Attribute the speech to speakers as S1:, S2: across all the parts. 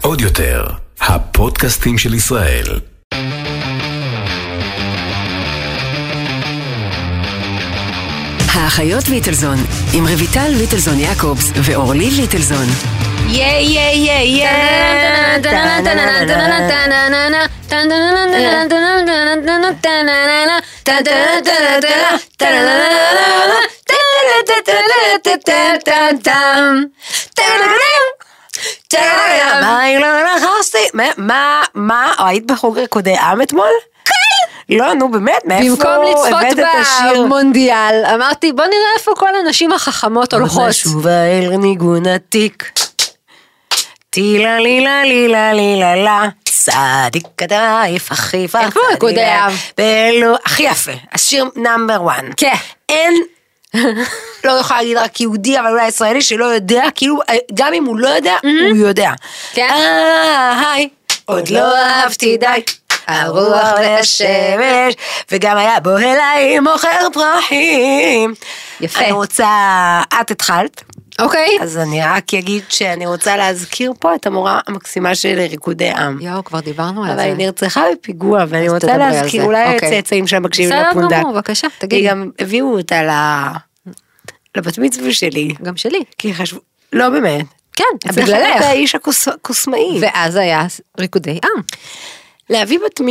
S1: עוד יותר, הפודקאסטים של ישראל.
S2: האחיות ליטלזון, עם רויטל ליטלזון יעקובס ואורלי ליטלזון.
S3: ייי ייי ייי ייי
S4: מה, אני לא נכנסתי? מה- מה, מה, היית בחוג ריקודי עם אתמול? כן! לא, נו באמת, מאיפה
S3: במקום
S4: הבאת
S3: לצפות
S4: את השיר?
S3: במונדיאל, אמרתי בוא נראה איפה כל הנשים החכמות הולכות.
S4: שובה אל ניגון עתיק. טילה לילה לילה לילה לה. צדיק כדאיף אחי פחד.
S3: כמו ריקודי עם.
S4: באלו, הכי יפה, השיר נאמבר 1.
S3: כן.
S4: אין, לא יכולה להגיד רק יהודי, אבל אולי ישראלי שלא יודע, כאילו, גם אם הוא לא יודע, הוא יודע.
S3: Mhm. כן.
S4: אה, היי, עוד לא אהבתי די. הרוח והשמש, וגם היה בו אליי מוכר פרחים.
S3: יפה.
S4: אני רוצה, את התחלת,
S3: אוקיי.
S4: אז אני רק אגיד שאני רוצה להזכיר פה את המורה המקסימה של ריקודי עם.
S3: יואו כבר דיברנו על
S4: אבל
S3: זה.
S4: היא נרצחה בפיגוע, ואני רוצה
S3: תדברי על
S4: להזכיר,
S3: זה.
S4: אולי
S3: אוקיי.
S4: הצאצאים שלה מקשיבים
S3: בסדר
S4: לפונדק.
S3: גמור, בבקשה, תגידי.
S4: היא גם הביאו אותה ל- לבת מצווה שלי,
S3: גם שלי.
S4: כי חשבו, לא באמת.
S3: כן,
S4: בגללך.
S3: בגללך.
S4: אתה האיש הקוסמאי.
S3: ואז היה ריקודי עם.
S4: להביא בת אה,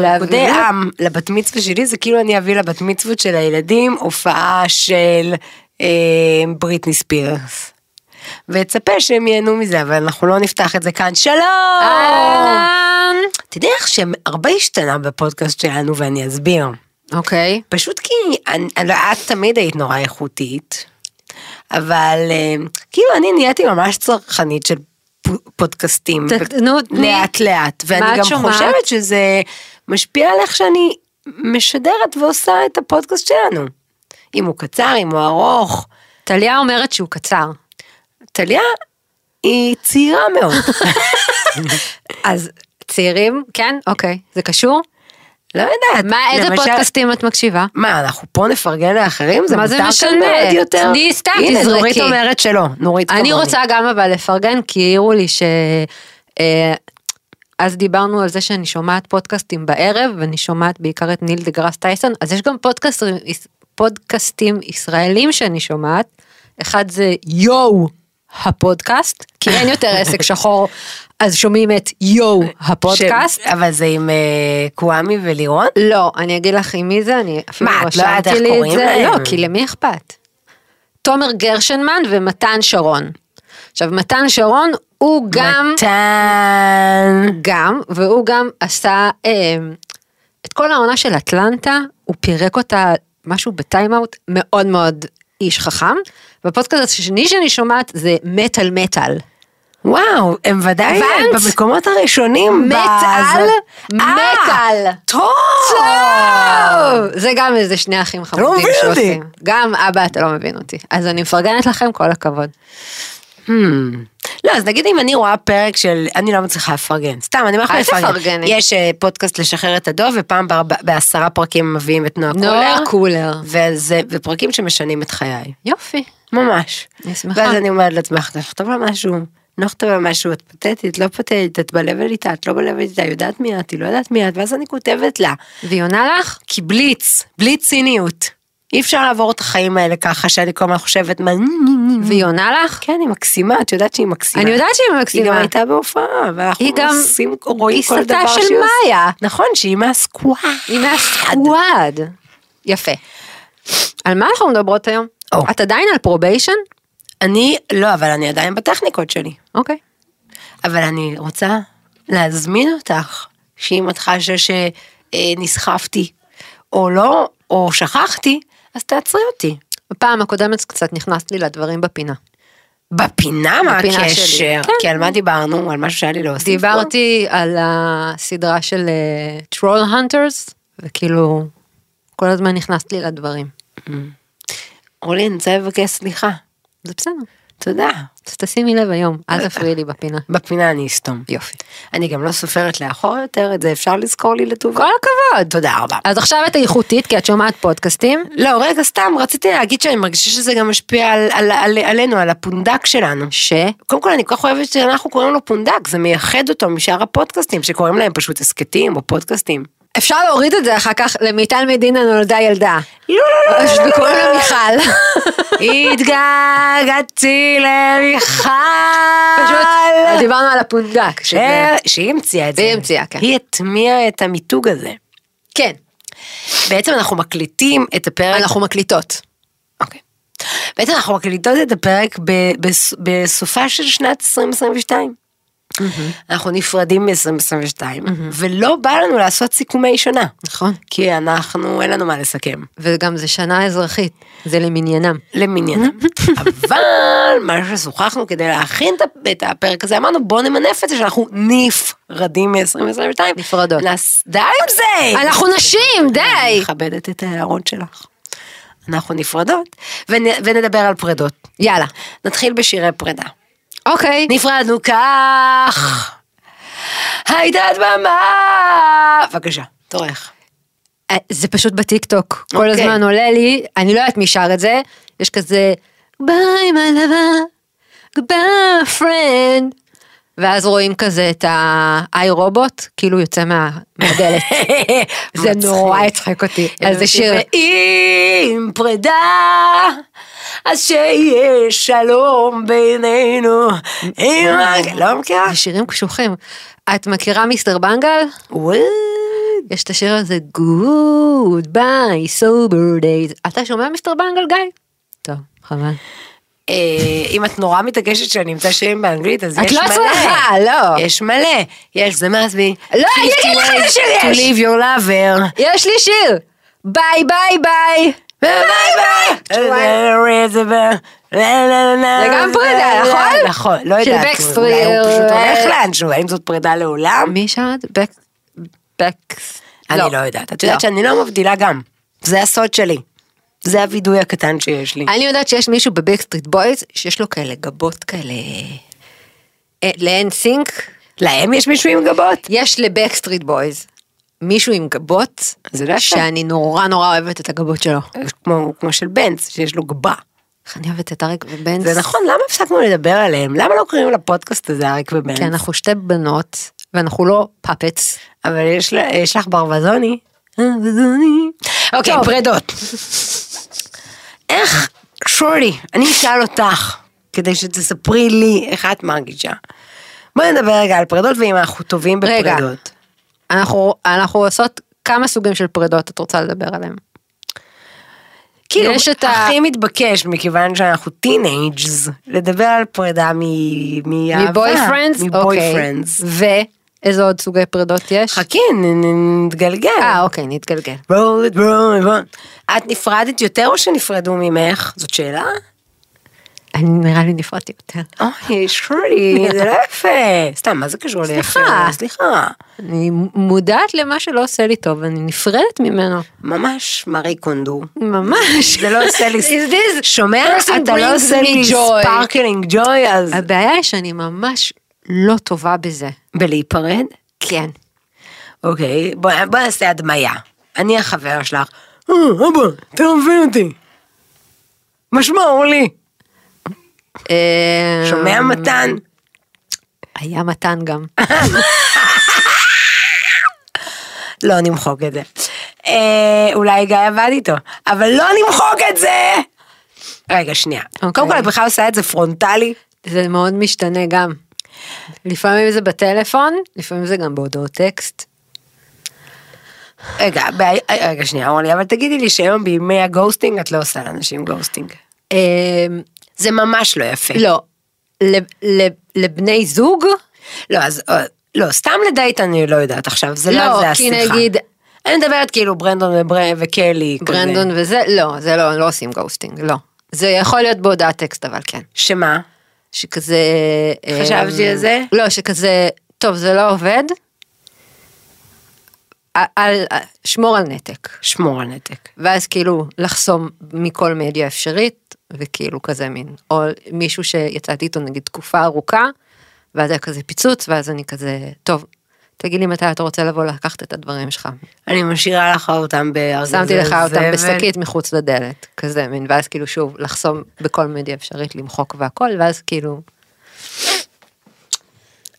S3: להביא-
S4: מצווה, עם לבת מצווה שלי זה כאילו אני אביא לבת מצוות של הילדים הופעה של אה, בריטני ספירס. ואצפה שהם ייהנו מזה, אבל אנחנו לא נפתח את זה כאן. שלום!
S3: אהלן.
S4: אתה יודע איך שהרבה השתנה בפודקאסט שלנו ואני אסביר.
S3: אוקיי.
S4: פשוט כי אני, אני, לא- את תמיד היית נורא איכותית, אבל אה, כאילו אני נהייתי ממש צרכנית של פ- פודקאסטים.
S3: ת- נו, תני.
S4: לאט לאט,
S3: מה את
S4: ואני גם
S3: שומעת?
S4: חושבת שזה משפיע על איך שאני משדרת ועושה את הפודקאסט שלנו. אם הוא קצר, אם הוא ארוך.
S3: טליה אומרת שהוא קצר.
S4: טליה היא צעירה מאוד.
S3: אז צעירים, כן? אוקיי. זה קשור?
S4: לא יודעת.
S3: מה, איזה
S4: למשל-
S3: פודקאסטים את מקשיבה?
S4: מה, אנחנו פה נפרגן לאחרים? זה
S3: מה זה
S4: מותר כאן
S3: משנה?
S4: מאוד יותר?
S3: תני סתם,
S4: הנה,
S3: תזרקי.
S4: נורית אומרת שלא. נורית
S3: אני
S4: כמוני.
S3: רוצה גם אבל לפרגן, כי העירו לי ש... אה, אז דיברנו על זה שאני שומעת פודקאסטים בערב, ואני שומעת בעיקר את ניל דה גראס טייסון, אז יש גם פודקאסטים, פודקאסטים ישראלים שאני שומעת. אחד זה יואו הפודקאסט, כי אין יותר עסק שחור, אז שומעים את יואו הפודקאסט.
S4: ש- אבל זה עם אה, קוואמי ולירון?
S3: לא, אני אגיד לך עם מי זה, אני אפילו
S4: מה, את לא יודעת
S3: רשמתי
S4: איך
S3: לי את
S4: קוראים
S3: זה.
S4: להם?
S3: לא, כי למי אכפת? תומר גרשנמן ומתן שרון. עכשיו, מתן שרון הוא גם,
S4: מתן.
S3: גם, והוא גם עשה אה, את כל העונה של אטלנטה, הוא פירק אותה משהו בטיימאוט, מאוד מאוד איש חכם. והפודקאסט השני שאני שומעת זה מטאל מטאל.
S4: וואו, הם ודאי
S3: הבנת?
S4: במקומות הראשונים.
S3: מטאל,
S4: בזה.
S3: מטאל.
S4: אה, טוב.
S3: טוב! זה גם איזה שני אחים חמודים
S4: לא מבין אותי.
S3: שעושים. גם אבא, אתה לא מבין אותי. אז אני מפרגנת לכם, כל הכבוד.
S4: לא, אז נגיד אם אני רואה פרק של, אני לא מצליחה לפרגן, סתם, אני אומרת לך
S3: אל
S4: לפרגן.
S3: תפרגני.
S4: יש אה, פודקאסט לשחרר את הדוב, ופעם ב- ב- בעשרה פרקים הם מביאים את נועה
S3: נועה
S4: קולר.
S3: קולר.
S4: וזה, ופרקים שמשנים את חיי.
S3: יופי.
S4: ממש.
S3: אני שמחה.
S4: ואז אני אומרת לעצמך, תכתוב לה משהו, לא לכתוב לה משהו, את פתטית, לא פתטית, את בלבל איתה, את לא בלבל איתה, יודעת מי את, היא לא יודעת מי את, ואז אני כותבת לה,
S3: והיא עונה לך?
S4: כי בליץ, בלי ציניות. אי אפשר לעבור את החיים האלה ככה, שאני כל הזמן חושבת, מה, ני, ני, ני, ני."
S3: והיא עונה לך?
S4: כן, היא מקסימה, את יודעת שהיא מקסימה.
S3: אני יודעת שהיא
S4: היא גם
S3: מקסימה.
S4: הייתה בהופעה, ואנחנו
S3: היא גם-
S4: עושים, רואים
S3: היא
S4: כל
S3: סתה
S4: דבר
S3: של
S4: שהיא עושה.
S3: מאיה.
S4: נכון, שהיא מהסקוואט.
S3: היא מהסקוואד. יפה. על מה אנחנו מדברות היום?
S4: או.
S3: את עדיין על פרוביישן?
S4: אני, לא, אבל אני עדיין בטכניקות שלי.
S3: אוקיי.
S4: אבל אני רוצה להזמין אותך, שאם את חשה שנסחפתי, או לא, או שכחתי, אז תעצרי אותי.
S3: בפעם הקודמת קצת נכנסת לי לדברים בפינה.
S4: בפינה מה
S3: בפינה שלי,
S4: הקשר?
S3: כן.
S4: כי על מה דיברנו? על משהו שהיה לי להוסיף? פה?
S3: דיברתי על הסדרה של טרול הנטרס, וכאילו, כל הזמן נכנסת לי לדברים.
S4: אורלי, אני רוצה לבקש סליחה.
S3: זה בסדר.
S4: תודה.
S3: אז תשימי לב היום, אל תפריעי לי בפינה.
S4: בפינה אני אסתום.
S3: יופי.
S4: אני גם לא סופרת לאחור יותר, את זה אפשר לזכור לי לטובה.
S3: כל הכבוד.
S4: תודה רבה.
S3: אז עכשיו את איכותית, כי את שומעת פודקאסטים.
S4: לא, רגע, סתם, רציתי להגיד שאני מרגישה שזה גם משפיע על, על, על, עלינו, על הפונדק שלנו.
S3: ש?
S4: קודם כל, אני כל כך אוהבת שאנחנו קוראים לו פונדק, זה מייחד אותו משאר הפודקאסטים, שקוראים להם פשוט הסכתים או פודקאסטים.
S3: אפשר להוריד את זה אחר כך למיטל מדינה נולדה ילדה.
S4: לא, לא, לא, לא, לא,
S3: וקוראים
S4: לא,
S3: לה
S4: לא.
S3: מיכל.
S4: התגעגעתי
S3: פשוט
S4: למיכל.
S3: דיברנו על הפונדק. שזה-
S4: אה, שהיא המציאה את זה.
S3: היא המציאה, כן.
S4: היא הטמיעה את המיתוג הזה.
S3: כן,
S4: בעצם אנחנו מקליטים את הפרק.
S3: אנחנו מקליטות.
S4: אוקיי. בעצם אנחנו מקליטות את הפרק ב- בס- בסופה של שנת 2022. אנחנו נפרדים מ-2022, ולא בא לנו לעשות סיכומי שנה.
S3: נכון.
S4: כי אנחנו, אין לנו מה לסכם.
S3: וגם זה שנה אזרחית, זה למניינם.
S4: למניינם. אבל מה ששוחחנו כדי להכין את ה- את הפרק הזה, אמרנו בוא נמנף את זה שאנחנו נפרדים מ-2022.
S3: נפרדות.
S4: נס- די עם זה!
S3: אנחנו נשים,
S4: אני
S3: די!
S4: מכבדת את ההערות שלך. אנחנו נפרדות, ונ... ונדבר על פרדות.
S3: יאללה.
S4: נתחיל בשירי פרידה.
S3: אוקיי.
S4: נפרדנו כך, הייתה דממה. בבקשה, תורך.
S3: אה, זה פשוט בטיקטוק, כל
S4: אוקיי.
S3: הזמן עולה לי, אני לא יודעת מי שר את זה, יש כזה, ביי my lover, goodbye friend, ואז רואים כזה את האיי רובוט, כאילו יוצא מה- מהדלת, זה
S4: מצחיק.
S3: נורא הצחק אותי, אז זה שיר,
S4: ואם פרידה, אז שיהיה שלום בינינו. אם רק- לא מכירה?
S3: זה שירים קשוחים. את מכירה מיסטר בנגל?
S4: וואו.
S3: יש את השיר הזה, Goodbye sober days, אתה שומע מיסטר בנגל גיא? טוב, חבל.
S4: אה, אם את נורא מתעקשת שאני אמצא שירים באנגלית, אז יש
S3: את
S4: מלא.
S3: לא צריכה, לא.
S4: יש מלא. יש, זה מעזבי.
S3: לא, אני אגיד לך איזה שיר
S4: To
S3: יש.
S4: leave your lover.
S3: יש לי שיר! ביי ביי ביי!
S4: ביי ביי.
S3: זה גם פרידה, נכון?
S4: נכון, לא
S3: של
S4: יודעת.
S3: Backstreet.
S4: אולי הוא פשוט הולך לאנשהו, האם זאת פרידה לעולם?
S3: מי שרת? בק... בקס...
S4: אני לא יודעת. את יודעת שאני לא מבדילה גם. זה הסוד שלי. זה הווידוי הקטן שיש לי.
S3: אני יודעת שיש מישהו בביג סטריט בויז שיש לו כאלה גבות כאלה... אה, לאין סינק.
S4: להם יש מישהו עם גבות?
S3: יש לבק סטריט בויז מישהו עם גבות,
S4: זה לא יפה.
S3: שאני נורא נורא אוהבת את הגבות שלו.
S4: כמו כמו של בנץ, שיש לו גבה.
S3: איך אני אוהבת את אריק ובנס.
S4: זה נכון, למה הפסקנו לדבר עליהם? למה לא קוראים לפודקאסט הזה אריק ובנץ?
S3: כי אנחנו שתי בנות, ואנחנו לא פאפץ.
S4: אבל יש לה- יש לך ברווזוני. ברווזוני. אוקיי,
S3: טוב.
S4: פרדות. איך, שורי, אני אשאל אותך, כדי שתספרי לי איך את מרגישה. בואי נדבר רגע על פרדות ואם אנחנו טובים
S3: רגע.
S4: בפרדות.
S3: אנחנו, אנחנו עושות כמה סוגים של פרדות את רוצה לדבר עליהם.
S4: כאילו,
S3: יש את ה-
S4: הכי מתבקש, מכיוון שאנחנו טינג'ז, לדבר על פרידה מ- מאהבה.
S3: מבויפרנדס?
S4: מבויפרנדס.
S3: אוקיי. ואיזה עוד סוגי פרדות יש?
S4: חכי, נ- נ- נתגלגל.
S3: אה, אוקיי, נתגלגל.
S4: roll it, roll it, roll it. את נפרדת יותר או שנפרדו ממך? זאת שאלה?
S3: אני נראה לי נפרדתי יותר. אוקיי,
S4: אוי, שורי, זה לא יפה. סתם, מה זה קשור לי?
S3: סליחה.
S4: יפה? סליחה.
S3: אני מודעת למה שלא עושה לי טוב, אני נפרדת ממנו.
S4: ממש מארי קונדו.
S3: ממש.
S4: זה לא עושה לי...
S3: Is this
S4: שומע?
S3: person
S4: אתה לא
S3: brings
S4: עושה
S3: me
S4: לי
S3: joy.
S4: ספארקלינג ג'וי, אז...
S3: הבעיה היא שאני ממש לא טובה בזה.
S4: בלהיפרד?
S3: כן.
S4: אוקיי, בוא בוא נעשה הדמיה. אני החבר שלך. אה, אבא, אתה לא מבין אותי. משמע, אורלי.
S3: אה,
S4: שומע מתן?
S3: היה מתן גם.
S4: לא נמחוק את זה. אה, אולי גיא עבד איתו, אבל לא נמחוק את זה! רגע, שנייה.
S3: אוקיי.
S4: קודם כל, את בכלל עושה את זה פרונטלי.
S3: זה מאוד משתנה גם. לפעמים זה בטלפון, לפעמים זה גם בהודעות טקסט.
S4: רגע, בעי- רגע, שנייה, אורלי, אבל תגידי לי שהיום בימי הגוסטינג את לא עושה לאנשים גוסטינג.
S3: אה,
S4: זה ממש לא יפה.
S3: לא. ל- ל- לבני זוג?
S4: לא, אז... אה, לא, סתם לדייט אני לא יודעת עכשיו, זה לא,
S3: לא,
S4: זה
S3: כי
S4: השיחה.
S3: נגיד-
S4: אני מדברת כאילו ברנדון ובר... וקלי, כזה.
S3: ברנדון וזה? לא, זה לא, לא עושים גאוסטינג, לא. זה יכול להיות בהודעת טקסט אבל כן.
S4: שמה?
S3: שכזה... אה,
S4: חשבתי על זה?
S3: לא, שכזה, טוב, זה לא עובד. על- על- שמור על נתק.
S4: שמור על נתק.
S3: ואז כאילו לחסום מכל מדיה אפשרית, וכאילו כזה מין, או מישהו שיצאתי איתו נגיד תקופה ארוכה, ואז היה כזה פיצוץ, ואז אני כזה, טוב, תגיד לי מתי אתה רוצה לבוא לקחת את הדברים שלך.
S4: אני משאירה לך אותם בארגזי
S3: שמתי לך אותם
S4: זבל.
S3: בשקית מחוץ לדלת, כזה מין, ואז כאילו שוב, לחסום בכל מדיה אפשרית, למחוק והכל, ואז כאילו,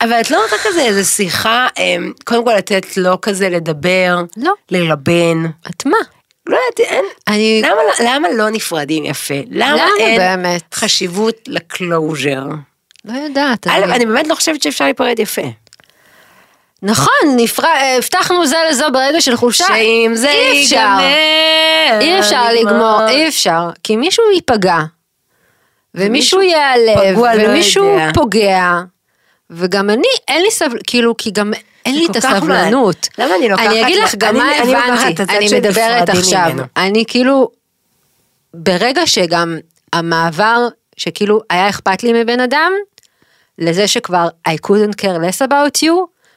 S4: אבל את לא רוצה כזה איזה שיחה, אמ, קודם כל לתת לו כזה לדבר,
S3: לא.
S4: ללבן.
S3: את מה?
S4: לא יודעת, אין,
S3: אני-
S4: למה, למה לא נפרדים יפה? למה,
S3: למה
S4: אין
S3: באמת?
S4: חשיבות לקלוז'ר?
S3: לא יודעת.
S4: א',
S3: אני-
S4: אני באמת לא חושבת שאפשר להיפרד יפה.
S3: נכון, נפרד, הבטחנו זה לזו ברגע של חולשה.
S4: שאם זה
S3: אי אפשר.
S4: ייגמר,
S3: אי אפשר לגמור, אי אפשר, כי מישהו ייפגע, ומישהו ייעלב,
S4: פגוע לא
S3: ומישהו
S4: יודע.
S3: פוגע, וגם אני, אין לי סבל, כאילו, כי גם אין לי
S4: כל
S3: את
S4: כך מעט.
S3: הסבלנות.
S4: למה אני לוקחת-
S3: אני אגיד לך גם
S4: אני-
S3: מה
S4: אני לוקחת את
S3: הבנתי,
S4: הצד
S3: אני
S4: של
S3: מדברת
S4: נפרדים
S3: עכשיו,
S4: ממנו.
S3: אני כאילו, ברגע שגם המעבר, שכאילו היה אכפת לי מבן אדם, לזה שכבר I couldn't care less about you,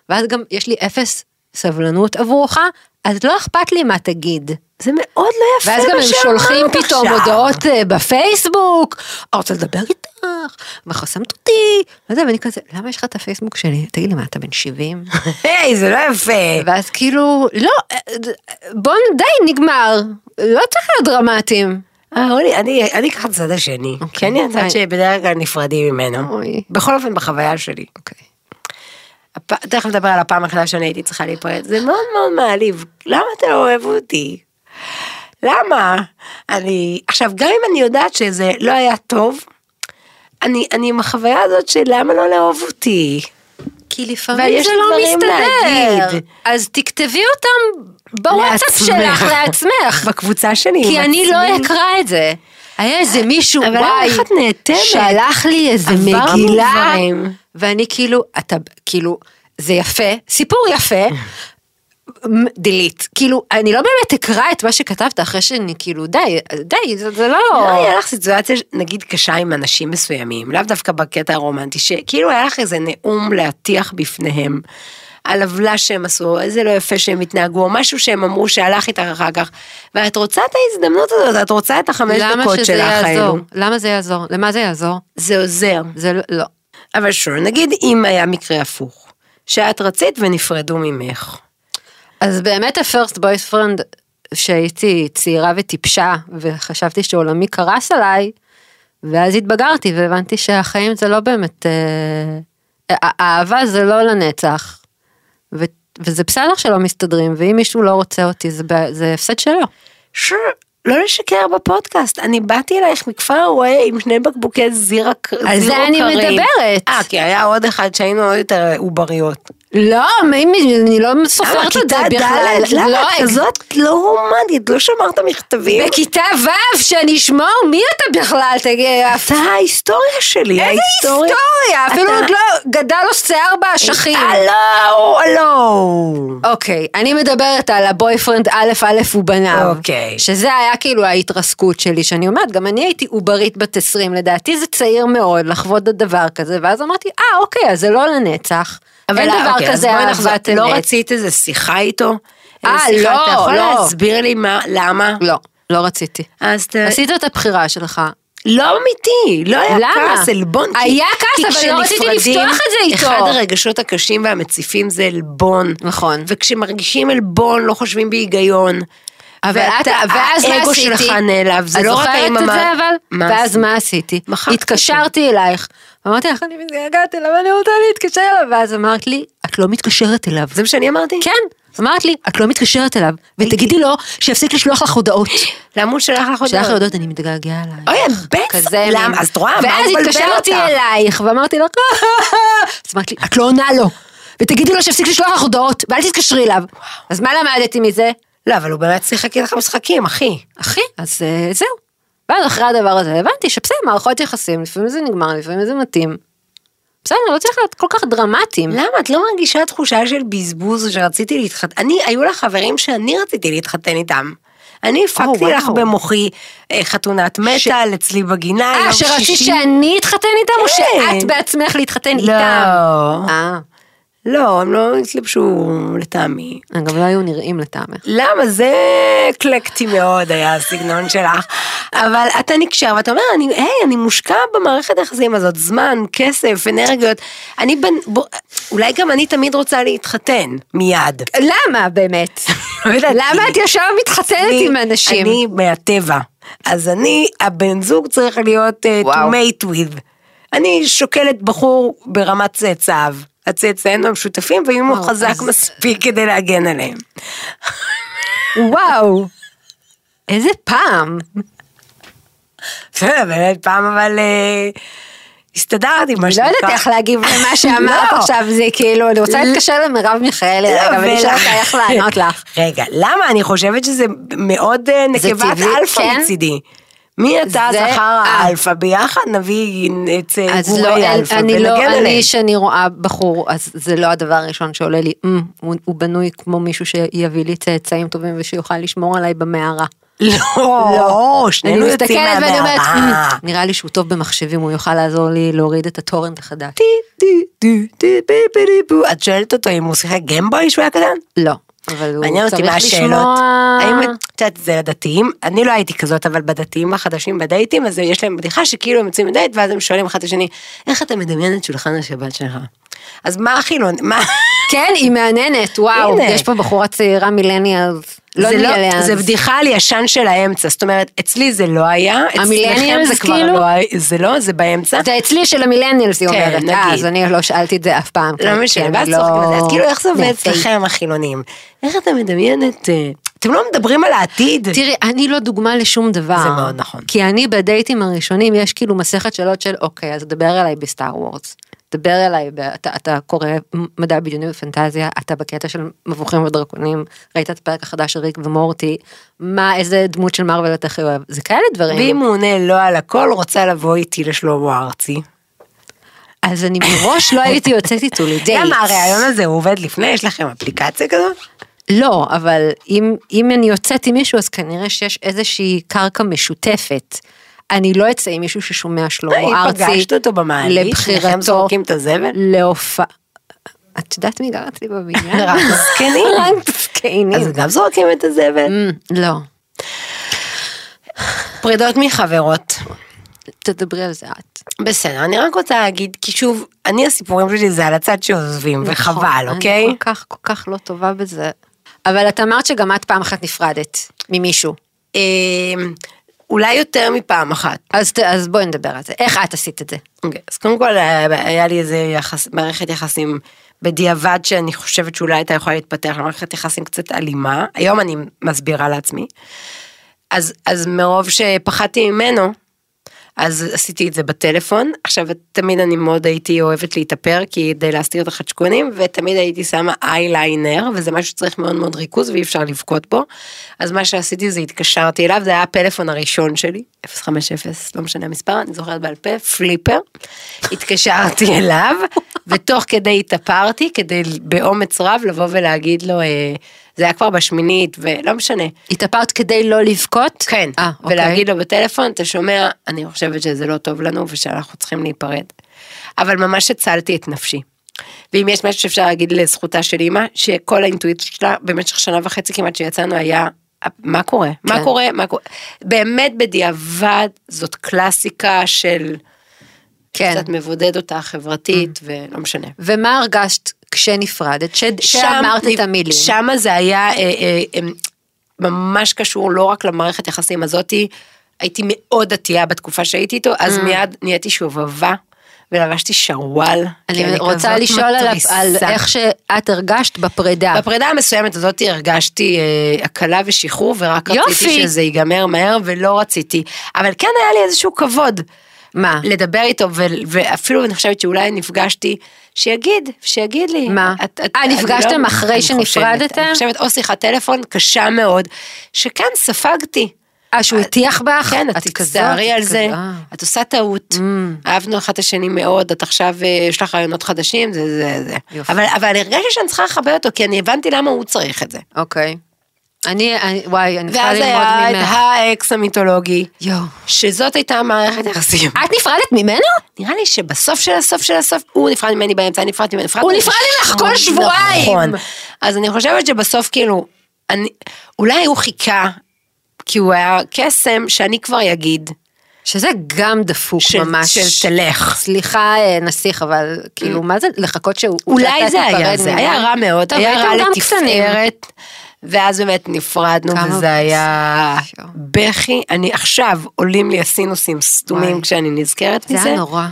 S3: ואז גם יש לי אפס סבלנות עבורך, אז לא אכפת לי מה תגיד.
S4: זה מאוד לא יפה
S3: ואז גם הם
S4: מה שאמרת
S3: שולחים פתאום
S4: עכשיו.
S3: הודעות אה, בפייסבוק, אני רוצה לדבר איתך, וחסמת אותי, וזה, ואני כזה, למה יש לך את הפייסבוק שלי? תגיד לי, מה, אתה בן 70?
S4: היי, זה לא יפה.
S3: ואז כאילו, לא, אה, אה, בוא, די, נגמר, לא צריך להיות דרמטיים.
S4: אה, אולי, אני אני אקח את הצד השני,
S3: אוקיי.
S4: כי אני הצד
S3: היי.
S4: שבדרך כלל נפרדים ממנו.
S3: אוי.
S4: בכל אופן, בחוויה שלי.
S3: אוקיי.
S4: הפ- תכף נדבר על הפעם האחרונה שאני הייתי צריכה להיפרד, זה מאוד מאוד מעליב, למה אתה לא אוהב אותי? למה? אני, עכשיו גם אם אני יודעת שזה לא היה טוב, אני, אני עם החוויה הזאת של למה לא לאהוב אותי?
S3: כי
S4: אבל
S3: לפעמים
S4: יש
S3: זה
S4: לי
S3: לא
S4: דברים
S3: מסתדר,
S4: להגיד.
S3: אז תכתבי אותם בוואטסאפ
S4: לעצמך.
S3: שלך לעצמך.
S4: בקבוצה שלי.
S3: כי
S4: עם
S3: אני
S4: עצמי.
S3: לא אקרא את זה. היה איזה מישהו,
S4: אבל
S3: וואי,
S4: איך את נאטמת?
S3: שלח לי איזה
S4: עברנו
S3: מגילה,
S4: דברים.
S3: ואני כאילו, אתה, כאילו, זה יפה, סיפור יפה, דילית. כאילו, אני לא באמת אקרא את מה שכתבת אחרי שאני, כאילו, די, די, זה, זה לא...
S4: לא היה לך סיטואציה נגיד קשה עם אנשים מסוימים, לאו דווקא בקטע הרומנטי, שכאילו היה לך איזה נאום להטיח בפניהם על עוולה שהם עשו, איזה לא יפה שהם התנהגו, או משהו שהם אמרו שהלך איתך אחר כך, ואת רוצה את ההזדמנות הזאת, את רוצה את החמש
S3: למה
S4: דקות
S3: שזה
S4: שלך כאילו. האלו.
S3: יעזור? למה זה יעזור? למה זה יעזור?
S4: זה עוזר.
S3: זה לא- לא.
S4: אבל שוב, נגיד אם היה מקרה הפוך, שאת רצית ונפרדו ממך.
S3: אז באמת הפרסט בויספרנד שהייתי צעירה וטיפשה וחשבתי שעולמי קרס עליי ואז התבגרתי והבנתי שהחיים זה לא באמת אה, הא- האהבה זה לא לנצח ו, וזה בסדר שלא מסתדרים ואם מישהו לא רוצה אותי זה, ב- זה הפסד שלו.
S4: שור, לא לשקר בפודקאסט, אני באתי אלייך מכפר הרואה עם שני בקבוקי זירה קרים.
S3: על זה אני מדברת.
S4: אה, כי היה עוד אחד שהיינו עוד יותר עובריות.
S3: לא, אני לא סופרת את זה
S4: למה,
S3: בכלל. לא
S4: כיתה ד', למה את כזאת לא רומנית, לא שמרת מכתבים?
S3: בכיתה ו' שאני אשמור מי אתה בכלל תגיד.
S4: אתה ההיסטוריה שלי,
S3: איזה היסטוריה, אפילו
S4: אתה-
S3: עוד לא גדל לו שיער באשכים.
S4: הלו, הלו.
S3: אוקיי, אני מדברת על הבויפרנד א' א' ובניו.
S4: אוקיי.
S3: שזה היה כאילו ההתרסקות שלי, שאני אומרת, גם אני הייתי עוברית בת 20, לדעתי זה צעיר מאוד לחוות דבר כזה, ואז אמרתי, אה, אוקיי, אז זה לא לנצח.
S4: אבל
S3: אין דבר
S4: אוקיי, אז
S3: כזה
S4: בואי נחזור.
S3: אהבת אמת.
S4: לא רצית איזה שיחה איתו?
S3: אה,
S4: איזה שיחה,
S3: לא,
S4: אתה יכול
S3: לא.
S4: להסביר לי מה, למה?
S3: לא, לא רציתי.
S4: אז ת-
S3: עשית את הבחירה שלך.
S4: לא אמיתי, לא היה
S3: למה?
S4: כעס, עלבון. כי-
S3: היה כעס,
S4: כי
S3: אבל לא רציתי
S4: כשנפרדים,
S3: לפתוח את זה איתו.
S4: אחד הרגשות הקשים והמציפים זה עלבון.
S3: נכון.
S4: וכשמרגישים עלבון לא חושבים בהיגיון.
S3: אבל את,
S4: ואתה-
S3: ואז מה עשיתי?
S4: האגו שלך נעלב, זה
S3: את
S4: לא רק האם
S3: זוכרת את זה
S4: אמר-
S3: אבל?
S4: מה
S3: ואז
S4: עשית?
S3: מה עשיתי?
S4: מחקת
S3: התקשרתי אלייך, ואמרתי לך, אני מתגעגעת אליו, אני רוצה להתקשר אליו, ואז אמרת לי, את לא מתקשרת אליו.
S4: זה מה שאני אמרתי?
S3: כן, אמרת לי, את לא מתקשרת אליו, ותגידי לו שיפסיק לשלוח לך הודעות.
S4: למה הוא שלח לך
S3: שלח לי
S4: הודעות?
S3: הודעות, אני מתגעגע אלייך.
S4: אוי, את בטח.
S3: כזה
S4: למה?
S3: מין.
S4: אז את רואה, מה הוא מבלבל
S3: ואז התקשרתי
S4: אותך?
S3: אלייך, ואמרתי לך, אז אמרת לי, את לא עונה לו, ותגידי לו שיפסיק לשלוח לך הודעות, ואל תתקשרי אליו. אז מה למדתי מזה?
S4: לא, אבל הוא באמת שיחק איתך משחקים, אחי.
S3: אחי, אז אה, זהו. ואז אחרי הדבר הזה הבנתי שבסדר, מערכות יחסים, לפעמים זה נגמר, לפעמים זה מתאים. בסדר, לא צריך להיות כל כך דרמטיים.
S4: למה את לא מרגישה תחושה של בזבוז שרציתי להתחתן? אני, היו לך חברים שאני רציתי להתחתן איתם. אני הפקתי
S3: וואו.
S4: לך במוחי אה, חתונת מטאל אצלי בגינה, יום
S3: אה,
S4: שישי.
S3: שרצית שאני אתחתן איתם, או
S4: כן.
S3: שאת בעצמך להתחתן
S4: לא.
S3: איתם? אה,
S4: לא, הם לא התלבשו לטעמי.
S3: הם גם לא היו נראים לטעמך.
S4: למה זה אקלקטי מאוד היה הסגנון שלך, אבל אתה נקשר ואתה אומר, אני, היי, אני מושקע במערכת היחסים הזאת, זמן, כסף, אנרגיות, אני בן, בוא, אולי גם אני תמיד רוצה להתחתן, מיד.
S3: למה באמת?
S4: לא יודעת,
S3: למה
S4: אני-
S3: את ישר מתחתנת
S4: אני-
S3: עם אנשים?
S4: אני מהטבע, אז אני, הבן זוג צריך להיות אה, to
S3: וואו.
S4: mate with. אני שוקלת בחור ברמת צאצאיו. הצאצאים המשותפים, ואם הוא
S3: וואו,
S4: חזק
S3: אז-
S4: מספיק כדי להגן עליהם.
S3: וואו. איזה פעם.
S4: בסדר, באמת, פעם אבל אה, הסתדרתי, מה
S3: לא
S4: שנקרא.
S3: יודעת איך להגיב למה שאמרת
S4: לא.
S3: עכשיו, זה כאילו, אני רוצה להתקשר למרב מיכאלי רגע ולשאול אותה איך לענות לך.
S4: רגע, למה? אני חושבת שזה מאוד אה,
S3: זה
S4: נקבת
S3: טבעי,
S4: אלפא
S3: כן?
S4: מצידי. מי אתה
S3: זה-
S4: זכר
S3: אה.
S4: האלפא? ביחד נביא את אה,
S3: אז לא,
S4: גורי
S3: אין-
S4: אלפא
S3: אני
S4: ונגן
S3: לא,
S4: עליהם.
S3: אני שאני רואה בחור, אז זה לא הדבר הראשון שעולה לי, "מ, הוא- הוא בנוי כמו מישהו שיביא לי צאצאים טובים ושיוכל לשמור עליי במערה.
S4: לא,
S3: אני
S4: שנינו יוצאים אה."
S3: מסתכלת ואני אומרת,
S4: מהמערה.
S3: "מ, נראה לי שהוא טוב במחשבים, הוא יוכל לעזור לי להוריד את הטורנט החדש.
S4: טי, טי, טי, טי, פי, פי, פי, פו. את שואלת אותו אם הוא שיחק גמבוי כשהוא היה קטן?
S3: לא, אבל הוא
S4: מעניין אותי
S3: צריך
S4: מה השאלות.
S3: לשמוע...
S4: האם את את יודעת, זה לדתיים, אני לא הייתי כזאת, אבל בדתיים החדשים בדייטים, אז יש להם בדיחה שכאילו הם יוצאים מדייט, ואז הם שואלים אחד את השני, איך אתה מדמיין את שולחן השבת שלך? אז מה החילון, מה...
S3: כן, היא מהננת, וואו,
S4: הנה.
S3: יש פה בחורה צעירה מילניאלס. לא
S4: זה
S3: נהיה עליה.
S4: זה בדיחה על ישן של האמצע, זאת אומרת, אצלי זה לא היה, אצלכם
S3: המילניאלס
S4: זה כבר
S3: כאילו?
S4: לא היה, זה לא, זה באמצע.
S3: זה אצלי של המילניאלס, היא
S4: כן,
S3: אומרת.
S4: נגיד.
S3: אה, אז אני לא שאלתי את זה אף פעם. כן,
S4: לא משנה, ואז צוחקים על זה, אז כאילו איך זה עובד אצלכם החילונים? איך אתה מדמיין את... אה, אתם לא מדברים על העתיד?
S3: תראי, אני לא דוגמה לשום דבר.
S4: זה מאוד נכון.
S3: כי אני בדייטים הראשונים, יש כאילו מסכת שאלות של, אוקיי, אז דבר אליי בסטאר וורס. דבר אליי, ב- אתה, אתה קורא מדע בדיוני ופנטזיה, אתה בקטע של מבוכים ודרקונים, ראית את הפרק החדש של ריק ומורטי, מה, איזה דמות של מארוול אתה הכי אוהב, זה כאלה דברים.
S4: ואם הוא עונה לא על הכל, רוצה לבוא איתי לשלמה ארצי.
S3: אז אני מראש לא הייתי יוצאת איתו לדייט.
S4: למה הרעיון הזה הוא עובד לפני? יש לכם אפליקציה כזאת?
S3: לא, אבל אם, אם אני יוצאת עם מישהו, אז כנראה שיש איזושהי קרקע משותפת. אני לא אצא עם מישהו ששומע
S4: היי,
S3: שלמה ארצי.
S4: פגשת אותו במעלית? שניכם
S3: לבחירתו.
S4: זורקים את הזבל?
S3: להופעה. את יודעת מי גר אצלי בבניין?
S4: רק זקנים.
S3: רק
S4: אז
S3: זקנים.
S4: גם זורקים את הזבל.
S3: Mm, לא,
S4: פרידות מחברות.
S3: תדברי על זה את.
S4: בסדר, אני רק רוצה להגיד, כי שוב, אני הסיפורים שלי זה על הצד שעוזבים, וחבל, אוקיי?
S3: נכון, אני כל כך, כל כך לא טובה בזה. אבל את אמרת שגם את פעם אחת נפרדת ממישהו.
S4: אמ, אולי יותר מפעם אחת.
S3: אז, ת- אז בואי נדבר על זה. איך את עשית את זה?
S4: אוקיי, אז קודם כל היה היה לי איזה יחס, מערכת יחסים בדיעבד שאני חושבת שאולי הייתה יכולה להתפתח למערכת יחסים קצת אלימה, היום אני מסבירה לעצמי. אז, אז מרוב שפחדתי ממנו, אז עשיתי את זה בטלפון. עכשיו תמיד אני מאוד הייתי אוהבת להתאפר כדי להסתיר את החדשקונים ותמיד הייתי שמה אייליינר וזה משהו שצריך מאוד מאוד ריכוז ואי אפשר לבכות בו. אז מה שעשיתי זה התקשרתי אליו זה היה הפלאפון הראשון שלי 050 לא משנה המספר אני זוכרת בעל פה פליפר. התקשרתי אליו ותוך כדי התאפרתי כדי באומץ רב לבוא ולהגיד לו אה, זה היה כבר בשמינית ולא משנה.
S3: התאפרת כדי לא לבכות?
S4: כן,
S3: אה, אוקיי.
S4: ולהגיד לו בטלפון, אתה שומע, אני חושבת שזה לא טוב לנו ושאנחנו צריכים להיפרד. אבל ממש הצלתי את נפשי. ואם יש משהו שאפשר להגיד לזכותה של אימא, שכל האינטואיציה שלה במשך שנה וחצי כמעט שיצאנו היה, מה קורה? מה
S3: כן.
S4: קורה? מה קורה? באמת בדיעבד זאת קלאסיקה של
S3: כן. Mm.
S4: קצת מבודד אותה חברתית ולא משנה.
S3: ומה הרגשת כשנפרדת? ש... שאמרת את המילים.
S4: שמה זה היה אה, אה, אה, ממש קשור לא רק למערכת יחסים הזאתי, הייתי מאוד דתייה בתקופה שהייתי איתו,
S3: Mm.
S4: אז מיד נהייתי שובבה ולבשתי שרוואל. כי
S3: אני רוצה
S4: כן, כזאת
S3: לשאול על,
S4: מתריסה.
S3: על איך שאת הרגשת בפרידה.
S4: בפרידה המסוימת הזאת הרגשתי אה, הקלה ושחרור, ורק
S3: יופי.
S4: רציתי שזה ייגמר מהר, ולא רציתי. אבל כן היה לי איזשהו כבוד.
S3: מה?
S4: לדבר איתו, ו- ואפילו אני חושבת שאולי נפגשתי, שיגיד, שיגיד לי.
S3: מה?
S4: את- את-
S3: אה,
S4: אני
S3: נפגשתם
S4: לא-
S3: אחרי
S4: אני
S3: שנפרדתם?
S4: חושבת, אני חושבת, או שיחת טלפון קשה מאוד, שכן, ספגתי.
S3: אה, שהוא הטיח בך?
S4: כן, את
S3: כזאת,
S4: תצטערי על
S3: כזאת.
S4: זה,
S3: אה. Mm.
S4: את עושה טעות, אהבנו אחד את השני מאוד, את עכשיו, אה, יש לך רעיונות חדשים, זה זה זה.
S3: יופי.
S4: אבל אבל הרגשתי שאני צריכה לכבד אותו, כי אני הבנתי למה הוא צריך את זה.
S3: אה, אוקיי. אני, אני- וואי, אני צריכה
S4: ואז
S3: ללמוד
S4: היה את
S3: ממך.
S4: האקס המיתולוגי,
S3: יואו.
S4: שזאת הייתה מערכת יחסים.
S3: את נפרדת ממנו?
S4: נראה לי שבסוף של הסוף של הסוף, הוא נפרד ממני באמצע, אני נפרדתי ממנו,
S3: הוא
S4: ממני.
S3: נפרד ממך כל שבועיים.
S4: נכון. אז אני חושבת שבסוף כאילו, אני, אולי הוא חיכה, כי הוא היה קסם שאני כבר אגיד,
S3: שזה גם דפוק
S4: של-
S3: ממש.
S4: של תלך.
S3: סליחה אה, נסיך, אבל כאילו, מה זה לחכות שהוא...
S4: אולי
S3: שאתה
S4: זה היה,
S3: תיפרד
S4: זה
S3: ממנו?
S4: היה רע מאוד,
S3: טוב,
S4: היה
S3: הייתם
S4: רע
S3: גם קטנים.
S4: לתפארת, ואז באמת נפרדנו,
S3: כמה
S4: וזה היה
S3: בושה.
S4: בכי, אני עכשיו, עולים לי הסינוסים סתומים
S3: וואי.
S4: כשאני נזכרת
S3: זה
S4: מזה,
S3: היה נורא.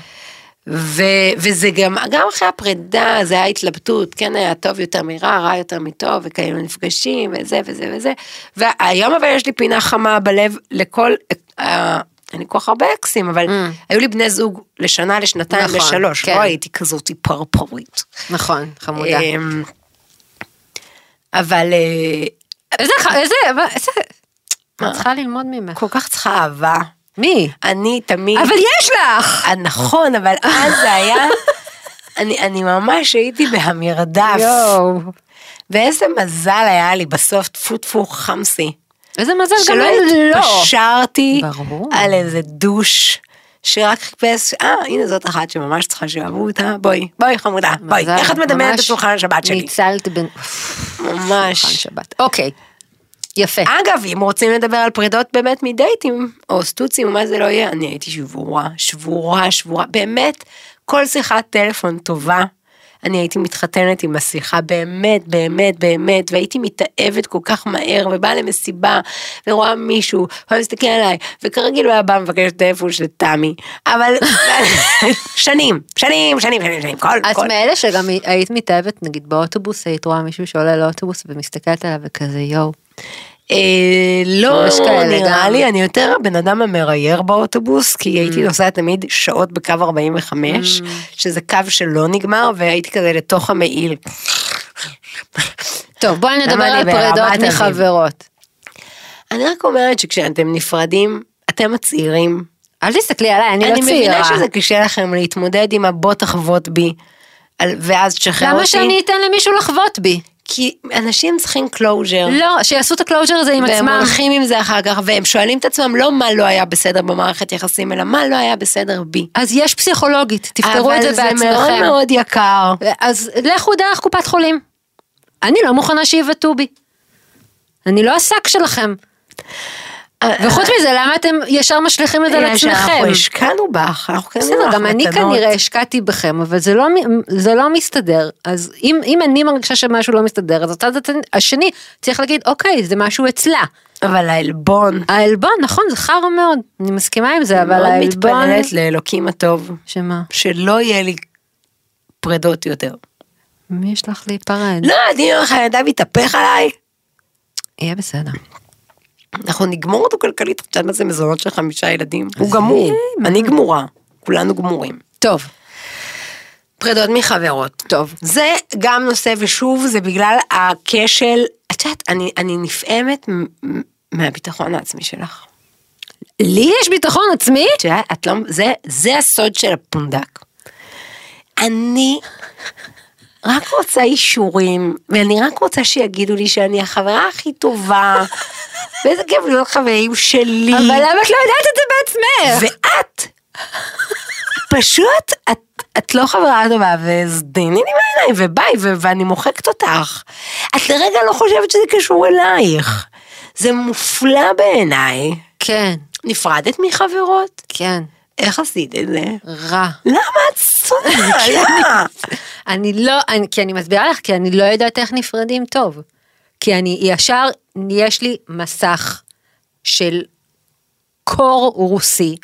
S4: ו- וזה גם, גם אחרי הפרידה, זה היה התלבטות, כן היה טוב יותר מרע, רע יותר מטוב, וכאלה נפגשים, וזה וזה וזה, והיום אבל יש לי פינה חמה בלב לכל, אה, אין לי כל כך הרבה אקסים, אבל היו לי בני זוג לשנה, לשנתיים,
S3: Mm. נכון,
S4: לשלוש,
S3: כן.
S4: לא הייתי כזאת פרפורית.
S3: נכון, חמודה.
S4: אמ, אבל אה,
S3: איזה... ח- איזה... אבל- איזה... את צריכה ללמוד ממך.
S4: כל כך צריכה אהבה.
S3: מי?
S4: אני תמיד...
S3: אבל יש לך!
S4: אה, נכון, אבל אז זה היה... אני, אני ממש הייתי בהמרדף.
S3: יואו.
S4: ואיזה מזל היה לי בסוף, טפו טפו חמסי.
S3: איזה מזל גם
S4: שלא
S3: לי לא.
S4: התפשרתי
S3: ברור.
S4: על איזה דוש. שרק חיפש, אה הנה זאת אחת שממש צריכה שאהבו אותה, בואי, בואי חמודה, בואי,
S3: מזל,
S4: איך את מדמיינת את
S3: ממש
S4: שולחן השבת שלי?
S3: ניצלת בין...
S4: ממש. אה,
S3: שולחן שבת. אוקיי. יפה.
S4: אגב, אם רוצים לדבר על פרידות באמת מדייטים, או סטוצים, או מה זה לא יהיה, אני הייתי שבורה, שבורה, שבורה, באמת, כל שיחת טלפון טובה. אני הייתי מתחתנת עם השיחה באמת, באמת, באמת, והייתי מתאהבת כל כך מהר, ובאה למסיבה, ורואה מישהו, והוא מסתכל עליי, וכרגיל הוא היה בא מבקש טלפון של תמי, אבל שנים, שנים, שנים, שנים, שנים, כל,
S3: את
S4: כל.
S3: מאלה שגם היית מתאהבת, נגיד באוטובוס, היית רואה מישהו שעולה לאוטובוס ומסתכלת עליו וכזה יואו.
S4: אה, לא,
S3: יש כאלה
S4: נראה
S3: גם. Mm.
S4: לי, אני יותר הבן אדם המראייר באוטובוס, כי הייתי נוסעת תמיד שעות בקו 45, שזה קו שלא נגמר, והייתי כזה לתוך המעיל.
S3: טוב, בואי נדבר
S4: למה אני
S3: על פרידות
S4: ברמת אביב?
S3: מחברות.
S4: אני רק אומרת שכשאתם נפרדים, אתם הצעירים.
S3: אל תסתכלי עליי, אני לא
S4: אני
S3: צעירה.
S4: מבינה שזה קשה לכם להתמודד עם הבוא תחבוט בי, על- ואז תשחרר אותי.
S3: למה שאני אתן למישהו לחבוט בי?
S4: כי אנשים צריכים קלוז'ר.
S3: לא, שיעשו את הקלוז'ר הזה עם
S4: והם
S3: עצמם.
S4: הולכים עם זה אחר כך, והם שואלים את עצמם לא מה לא היה בסדר במערכת יחסים, אלא מה לא היה בסדר בי.
S3: אז יש פסיכולוגית, תפתרו את זה בעצמכם.
S4: אבל זה מאוד מאוד יקר.
S3: אז לכו דרך קופת חולים. אני לא מוכנה שיבעטו בי. אני לא השק שלכם. וחוץ מזה, למה אתם ישר משליכים את זה על
S4: בגלל
S3: עצמכם?
S4: אה, שאנחנו השקענו בך, אנחנו כן קנינו לך
S3: בסדר, גם אני
S4: מתנות.
S3: כנראה השקעתי בכם, אבל זה לא, מ- זה לא מסתדר. אז אם, אם אני מרגישה שמשהו לא מסתדר, אז הצד הצד- השני צריך להגיד, אוקיי, זה משהו אצלה.
S4: אבל העלבון,
S3: העלבון, נכון, זה חרא מאוד, אני מסכימה עם זה, אבל
S4: אבל מאוד
S3: העלבון...
S4: מתפללת לאלוקים הטוב,
S3: שמה?
S4: שלא יהיה לי פרדות יותר.
S3: מי ישלח לי פרד?
S4: לא, אני אומר לך, ידיו יתהפך עליי.
S3: יהיה בסדר.
S4: אנחנו נגמור אותו כלכלית, אתה יודע מה זה מזונות של חמישה ילדים? הוא גמור, אני גמורה, כולנו גמורים.
S3: טוב,
S4: פרדות מחברות.
S3: טוב.
S4: זה גם נושא, ושוב, זה בגלל הכשל, את יודעת, אני, אני נפעמת מ- מ- מהביטחון העצמי שלך.
S3: לי יש ביטחון עצמי?
S4: את יודעת, את לא, זה, זה הסוד של הפונדק. אני רק רוצה אישורים, ואני רק רוצה שיגידו לי שאני החברה הכי טובה, ואיזה כיף להיות חברים שלי.
S3: אבל למה את לא יודעת את זה בעצמך?
S4: ואת, פשוט, את, את לא חברה טובה, וזדיני לי מהעיניים, וביי, ו- ואני מוחקת אותך. את לרגע לא חושבת שזה קשור אלייך. זה מופלא בעיניי.
S3: כן,
S4: נפרדת מחברות?
S3: כן,
S4: איך עשית את זה?
S3: רע.
S4: למה את
S3: כן.
S4: שונאה?
S3: אני לא, אני, כי אני מסבירה לך, כי אני לא יודעת איך נפרדים טוב. כי אני ישר, יש לי מסך של קור רוסי,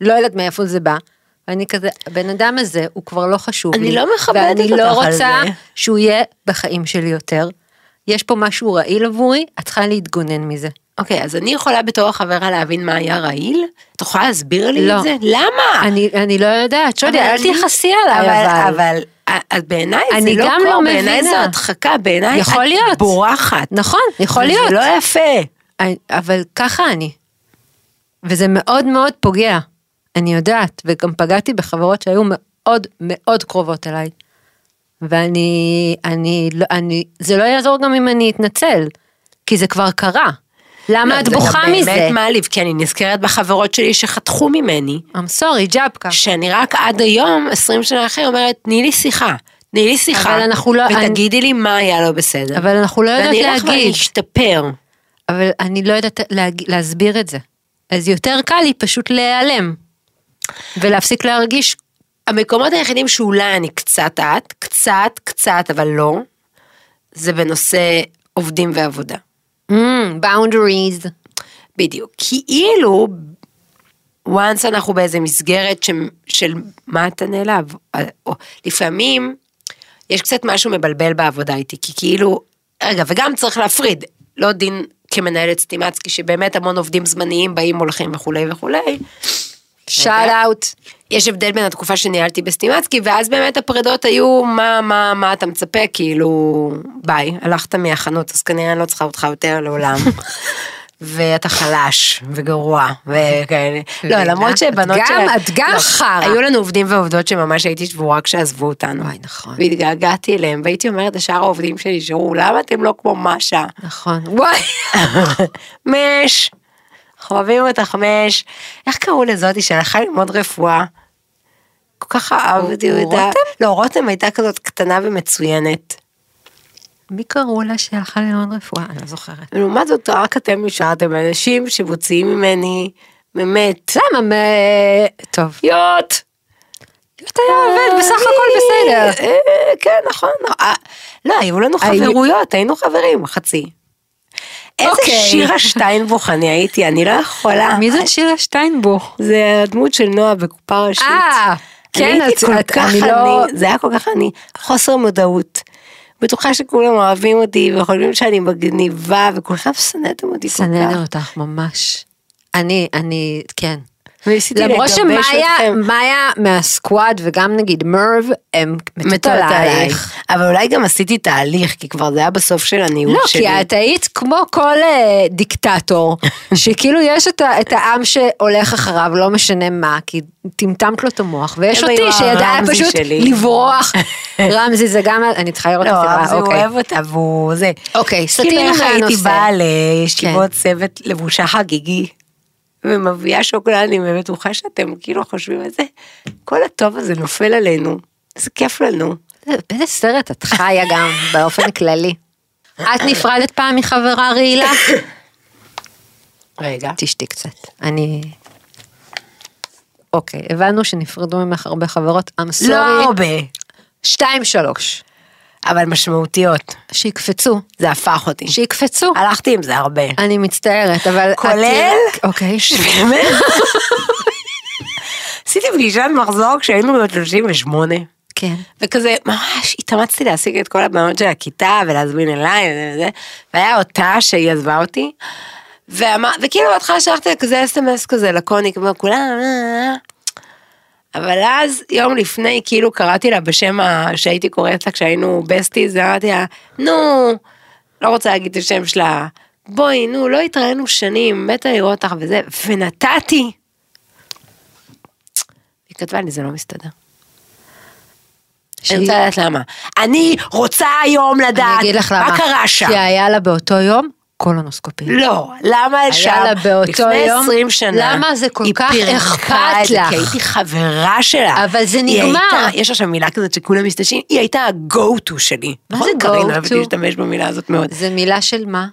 S3: לא יודעת מאיפה זה בא, ואני כזה, הבן אדם הזה, הוא כבר לא חשוב
S4: אני
S3: לי.
S4: לא מכבדת
S3: ואני
S4: אותך
S3: לא
S4: על
S3: רוצה
S4: זה.
S3: שהוא יהיה בחיים שלי יותר. יש פה משהו רעיל עבורי, את צריכה להתגונן מזה.
S4: אוקיי, אז אני יכולה בתור החברה להבין מה היה רעיל? את יכולה להסביר לי
S3: לא.
S4: את זה? למה?
S3: אני, אני לא יודעת, שודי,
S4: אבל
S3: אל
S4: אני-
S3: תכעסי עליי, אבל...
S4: אבל, אבל אז בעיניי זה
S3: אני
S4: לא
S3: גם
S4: קור,
S3: לא
S4: בעיניי זו
S3: מבינה.
S4: הדחקה, בעיניי את
S3: יכול להיות.
S4: בורחת.
S3: נכון, יכול
S4: וזה
S3: להיות.
S4: לא יפה.
S3: אני- אבל ככה אני. וזה מאוד מאוד פוגע, אני יודעת, וגם פגעתי בחברות שהיו מאוד מאוד קרובות אליי. ואני, אני, לא, אני, זה לא יעזור גם אם אני אתנצל. כי זה כבר קרה. למה את
S4: לא, זה גם
S3: בוכה מזה?
S4: באמת מעליב, כי אני נזכרת בחברות שלי שחתכו ממני,
S3: I'm sorry, ג'אבקה.
S4: שאני רק עד היום, 20 שנה אחרי, אומרת, תני לי שיחה. תני לי שיחה,
S3: אבל אנחנו לא-
S4: ותגידי לי מה היה לא בסדר.
S3: אבל אנחנו לא יודעות
S4: ואני אלך ואני
S3: להגיד.
S4: אשתפר.
S3: אבל אני לא יודעת להג- להסביר את זה. אז יותר קל לי פשוט להיעלם. ולהפסיק להרגיש.
S4: המקומות היחידים שאולי אני קצת את, קצת, קצת, אבל לא, זה בנושא עובדים ועבודה.
S3: "Mm, boundaries.
S4: בדיוק. כאילו, once אנחנו באיזה מסגרת ש... של מה אתה נעלב. או- לפעמים, יש קצת משהו מבלבל בעבודה איתי, כי כאילו, רגע, וגם צריך להפריד, לא דין כמנהלת סטימצקי, שבאמת המון עובדים זמניים באים, הולכים וכולי וכולי.
S3: שאט אאוט.
S4: יש הבדל בין התקופה שניהלתי בסטימצקי, ואז באמת הפרדות היו, מה, מה, מה אתה מצפה, כאילו, ביי, הלכת מהחנות, אז כנראה אני לא צריכה אותך יותר לעולם. ואתה חלש וגרוע וכאלה. לא,
S3: מבינה?
S4: למרות שבנות
S3: כן, את גם- את גם
S4: לא,
S3: חרא.
S4: היו לנו עובדים ועובדות שממש הייתי שבורה כשעזבו אותנו.
S3: וואי, נכון.
S4: והתגעגעתי אליהם, והייתי אומרת לשאר העובדים שנשארו, למה אתם לא כמו משה?
S3: נכון. וואי.
S4: מש, אנחנו אוהבים אותך מש. איך קראו לזאתי שהלכה ללמוד רפואה? כל כך אהבתי
S3: רותם?
S4: אותה. לא, רותם הייתה כזאת קטנה ומצוינת.
S3: מי קראו לה שהלכה ללמוד רפואה? אני לא זוכרת.
S4: ולעומת זאת, רק אתם נשארתם אנשים שמוציאים ממני, באמת,
S3: למה? אה, טוב. אה,
S4: יוט.
S3: אתה עובד, לא בסך הכל בסדר.
S4: אה, כן, נכון. אה, לא, היו לנו
S3: היו-
S4: חברויות, היינו חברים, חצי. איזה
S3: אוקיי.
S4: שירה שטיינבוך אני הייתי, אני לא יכולה.
S3: מי זאת שירה שטיינבוך?
S4: זה הדמות של נועה בקופה ראשית.
S3: אה, כן,
S4: אני הייתי
S3: את-
S4: כל
S3: את-
S4: כך
S3: אני לא...
S4: אני, זה היה כל כך אני, חוסר מודעות. בטוחה שכולם אוהבים אותי וחושבים שאני מגניבה וכולכם שנאתם אותי כל
S3: סנדר
S4: כך.
S3: אותך ממש. אני, אני, כן.
S4: וניסיתי
S3: למרות
S4: לגבש
S3: שמאיה
S4: אתכם.
S3: מאיה מהסקוואד וגם נגיד מרב הם מתות
S4: מתות
S3: עלייך.
S4: עלייך. אבל אולי גם עשיתי תהליך, כי כבר זה היה בסוף של הניהול
S3: לא,
S4: שלי.
S3: כי את היית כמו כל אה, דיקטטור, שכאילו יש את ה- את העם שהולך אחריו, לא משנה מה, כי טמטמת לו את המוח, ויש
S4: הם היו
S3: אותי שידעה
S4: הרמזי
S3: פשוט
S4: שלי.
S3: לברוח. רמזי זה גם, אני צריכה לראות את
S4: לא,
S3: הסדרה,
S4: רמזי הוא
S3: אוקיי.
S4: אוהב אותה והוא זה.
S3: אוקיי,
S4: כי
S3: סטינו
S4: בערך הייתי
S3: מהנושא.
S4: באה לישיבות
S3: כן.
S4: צוות לבושה חגיגי ומביאה שוקולדים ובטוחה שאתם כאילו חושבים על זה, כל הטוב הזה נופל עלינו, איזה כיף לנו.
S3: באיזה סרט את חיה גם, באופן כללי. את נפרדת פעם מחברה רעילה?
S4: רגע.
S3: תשתי קצת. אני... אוקיי, הבנו שנפרדו ממך הרבה חברות, I'm
S4: לא
S3: sorry.
S4: הרבה,
S3: שתיים, שלוש.
S4: אבל משמעותיות,
S3: שיקפצו,
S4: זה הפך אותי.
S3: שיקפצו.
S4: הלכתי עם זה הרבה.
S3: אני מצטערת, אבל... את-
S4: כולל?
S3: אוקיי.
S4: שבאמת? עשיתי פגישת מחזור כשהיינו בנות 38.
S3: כן.
S4: וכזה ממש התאמצתי להשיג את כל הבנות של הכיתה ולהזמין אליי וזה וזה, והיה אותה שהיא עזבה אותי. ואמר, וכאילו בהתחלה שלחתי לה כזה אס.אם.אס כזה לקוני כמו כולם, אה, אה, אה. אבל אז יום לפני כאילו קראתי לה בשם ה... שהייתי קוראת לה כשהיינו בסטיז, אמרתי לה, נו, לא רוצה להגיד את השם שלה, בואי נו, לא התראינו שנים, מתה לראות אותך וזה, ונתתי. היא כתבה לי, זה לא מסתדר. אני
S3: שהיא-
S4: רוצה לדעת למה. אני רוצה היום
S3: אני
S4: לדעת
S3: אגיד לך למה.
S4: מה קרה שם.
S3: כי היה לה באותו יום קולונוסקופיה.
S4: לא, למה שם,
S3: היה לה באותו
S4: לפני
S3: יום,
S4: 20 שנה,
S3: למה זה כל
S4: היא
S3: כך
S4: פירקה
S3: אכפת
S4: את זה,
S3: לך?
S4: כי הייתי חברה שלה.
S3: אבל זה
S4: היא
S3: נגמר.
S4: הייתה, יש עכשיו מילה כזאת שכולם משתמשים, היא הייתה ה-go-to שלי.
S3: מה
S4: נכון,
S3: זה
S4: קרין
S3: go
S4: אוהבת
S3: to?
S4: להשתמש במילה הזאת מאוד.
S3: זה מילה של מה?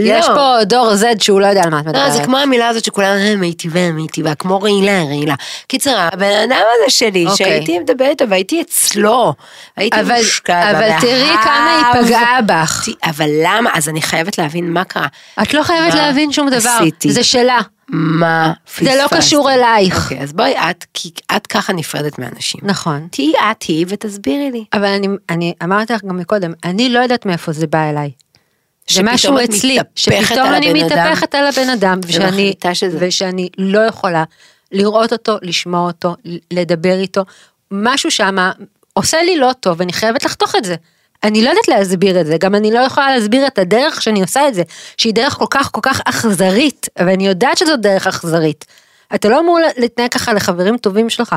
S4: לא.
S3: יש פה דור Z שהוא לא יודע על מה את
S4: לא, זה
S3: מדברת.
S4: כמו המילה הזאת שכולם "אה, מיטיבה, מיטיבה, כמו רעילה, רעילה. קיצר, הבן אדם הזה שלי,
S3: אוקיי.
S4: שהייתי מדברת איתו והייתי אצלו, הייתי
S3: אבל-
S4: מושקעת,
S3: אבל
S4: באהב.
S3: תראי כמה היא פגעה בך.
S4: ת- אבל למה? אז אני חייבת להבין מה קרה.
S3: את לא חייבת
S4: מה
S3: להבין שום דבר,
S4: עשיתי?
S3: זה שלה.
S4: מה
S3: זה לא
S4: פספסתי?
S3: קשור אלייך.
S4: אוקיי, אז בואי את, כי את ככה נפרדת מאנשים.
S3: נכון.
S4: תהיי את היא ותסבירי לי.
S3: אבל אני, אני אמרתי לך גם מקודם, אני לא יודעת מאיפה זה בא אליי. זה
S4: שפתאום
S3: משהו
S4: את
S3: אצלי,
S4: מתהפכת
S3: שפתאום
S4: על
S3: אני
S4: הבן אדם.
S3: מתהפכת על הבן אדם, ושאני,
S4: ומחליטה שזה-
S3: ושאני לא יכולה לראות אותו, לשמוע אותו, לדבר איתו, משהו שמה עושה לי לא טוב, ואני חייבת לחתוך את זה. אני לא יודעת להסביר את זה, גם אני לא יכולה להסביר את הדרך שאני עושה את זה, שהיא דרך כל כך כל כך אכזרית, ואני יודעת שזו דרך אכזרית. אתה לא אמור להתנהג ככה לחברים טובים שלך.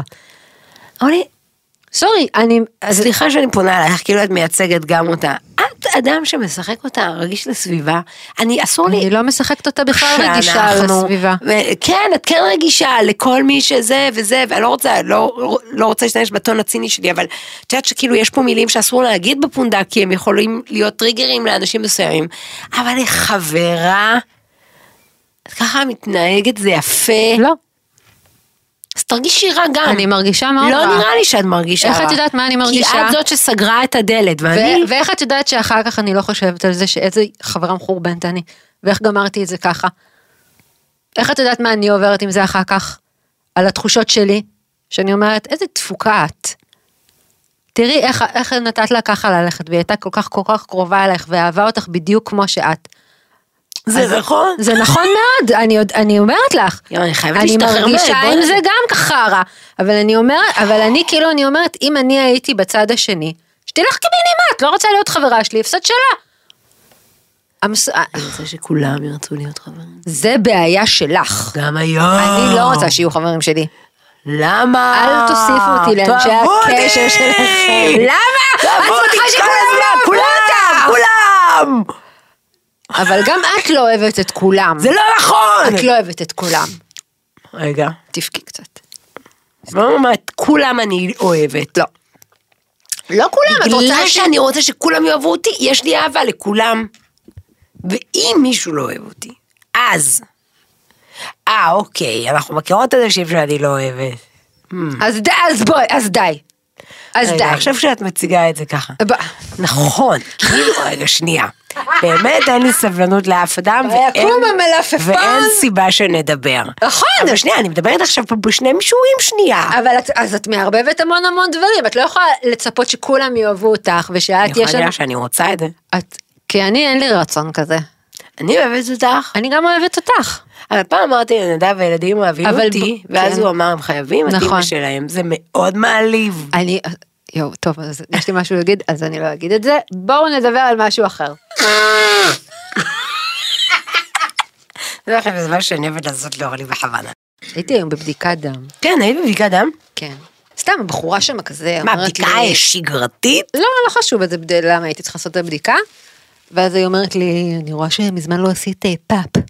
S4: אורלי,
S3: סורי, אני... אז-
S4: סליחה שאני פונה אלייך, כאילו את מייצגת גם אותה. את להיות אדם שמשחק אותה רגיש לסביבה. אני, אסור לי...
S3: אני לא משחקת אותה בכלל רגישה
S4: שאנחנו-
S3: לסביבה.
S4: ו- כן, את כן רגישה לכל מי שזה וזה, ואני לא רוצה, לא, לא רוצה להשתמש בטון הציני שלי, אבל את יודעת שכאילו יש פה מילים שאסור להגיד בפונדק, כי הם יכולים להיות טריגרים לאנשים מסוימים, אבל היא חברה, את ככה מתנהגת, זה יפה.
S3: לא,
S4: אז תרגישי רע גם.
S3: אני מרגישה מאוד
S4: לא
S3: רע.
S4: נראה לי שאת מרגישה
S3: איך
S4: רע.
S3: את יודעת מה אני מרגישה?
S4: כי את זאת שסגרה את הדלת, ואני...
S3: ו- ואיך את יודעת שאחר כך אני לא חושבת על זה שאיזה חברה מחורבנת אני, ואיך גמרתי את זה ככה? איך את יודעת מה אני עוברת עם זה אחר כך? על התחושות שלי, שאני אומרת, איזה תפוקה את. תראי איך, איך נתת לה ככה ללכת, והיא הייתה כל כך כל כך קרובה אלייך, ואהבה אותך בדיוק כמו שאת. אז-
S4: זה נכון.
S3: זה נכון מאוד, אני, עוד- אני אומרת לך.
S4: יואו, אני חייבת
S3: אני
S4: להשתחרר
S3: מרגישה
S4: מהעלבון
S3: עם
S4: הזה.
S3: זה גם ככה רע, אבל אני אומרת, אבל אני כאילו, אני אומרת, אם אני הייתי בצד השני, שתלך קיבינימט, את לא רוצה להיות חברה שלי, הפסד שלה. המס... אה,
S4: אני רוצה שכולם ירצו להיות חברים.
S3: זה בעיה שלך.
S4: גם היום.
S3: אני לא רוצה שיהיו חברים שלי.
S4: למה?
S3: אל תוסיפו אותי לאנשי
S4: תאהבו אותי!
S3: הקשר שלכם. למה? את
S4: תאהבו אותי
S3: צריכה
S4: כל
S3: שכולם
S4: הזמן,
S3: יאהבו
S4: כולם,
S3: אותך.
S4: כולם!
S3: אבל גם את לא אוהבת את כולם.
S4: זה לא
S3: את
S4: נכון!
S3: לא אוהבת את כולם.
S4: רגע.
S3: תבכי קצת.
S4: לא אומרת, כולם אני אוהבת. לא.
S3: לא כולם, את רוצה...
S4: בגלל
S3: ש-
S4: שאני רוצה שכולם יאהבו אותי, יש לי אהבה לכולם. ואם מישהו לא אוהב אותי, אז. אה, אוקיי, אנחנו מכירות אנשים שאני לא אוהבת.
S3: אז די, אז בואי, אז די. אז די.
S4: רגע, עכשיו שאת מציגה את זה ככה.
S3: ב-
S4: נכון, כאילו, רגע, שנייה. באמת אין לי סבלנות לאף אדם,
S3: ויקום המלפפון.
S4: ואין סיבה שנדבר.
S3: נכון.
S4: אבל שנייה, אני מדברת עכשיו פה בשני מישורים שנייה.
S3: אבל את, אז את מערבבת המון המון דברים, את לא יכולה לצפות שכולם יאהבו אותך ושאת
S4: אני יכולה
S3: יש
S4: להגיד
S3: לנו...
S4: לך שאני רוצה את זה.
S3: את... כי אני אין לי רצון כזה.
S4: אני אוהבת אותך.
S3: אני גם אוהבת אותך.
S4: אבל פעם אמרתי לנדב, הילדים אוהבים
S3: אבל
S4: אותי,
S3: ב-
S4: ואז
S3: כן.
S4: הוא אמר, הם חייבים את
S3: נכון.
S4: אימא שלהם. זה מאוד מעליב.
S3: אני... יואו, טוב, אז יש לי משהו להגיד, אז אני לא אגיד את זה. בואו נדבר על משהו אחר.
S4: זה לכם זה מה שאני אוהבת לעשות לאורלי בכוונה.
S3: הייתי היום בבדיקת דם.
S4: כן, היית בבדיקת דם?
S3: כן. סתם, הבחורה שם כזה
S4: מה,
S3: אומרת
S4: בדיקה
S3: לי-
S4: שגרתית?
S3: לא, לא חשוב איזה בדי- למה הייתי צריכה לעשות את הבדיקה. ואז היא אומרת לי, אני רואה שמזמן לא עשית אה, פאפ.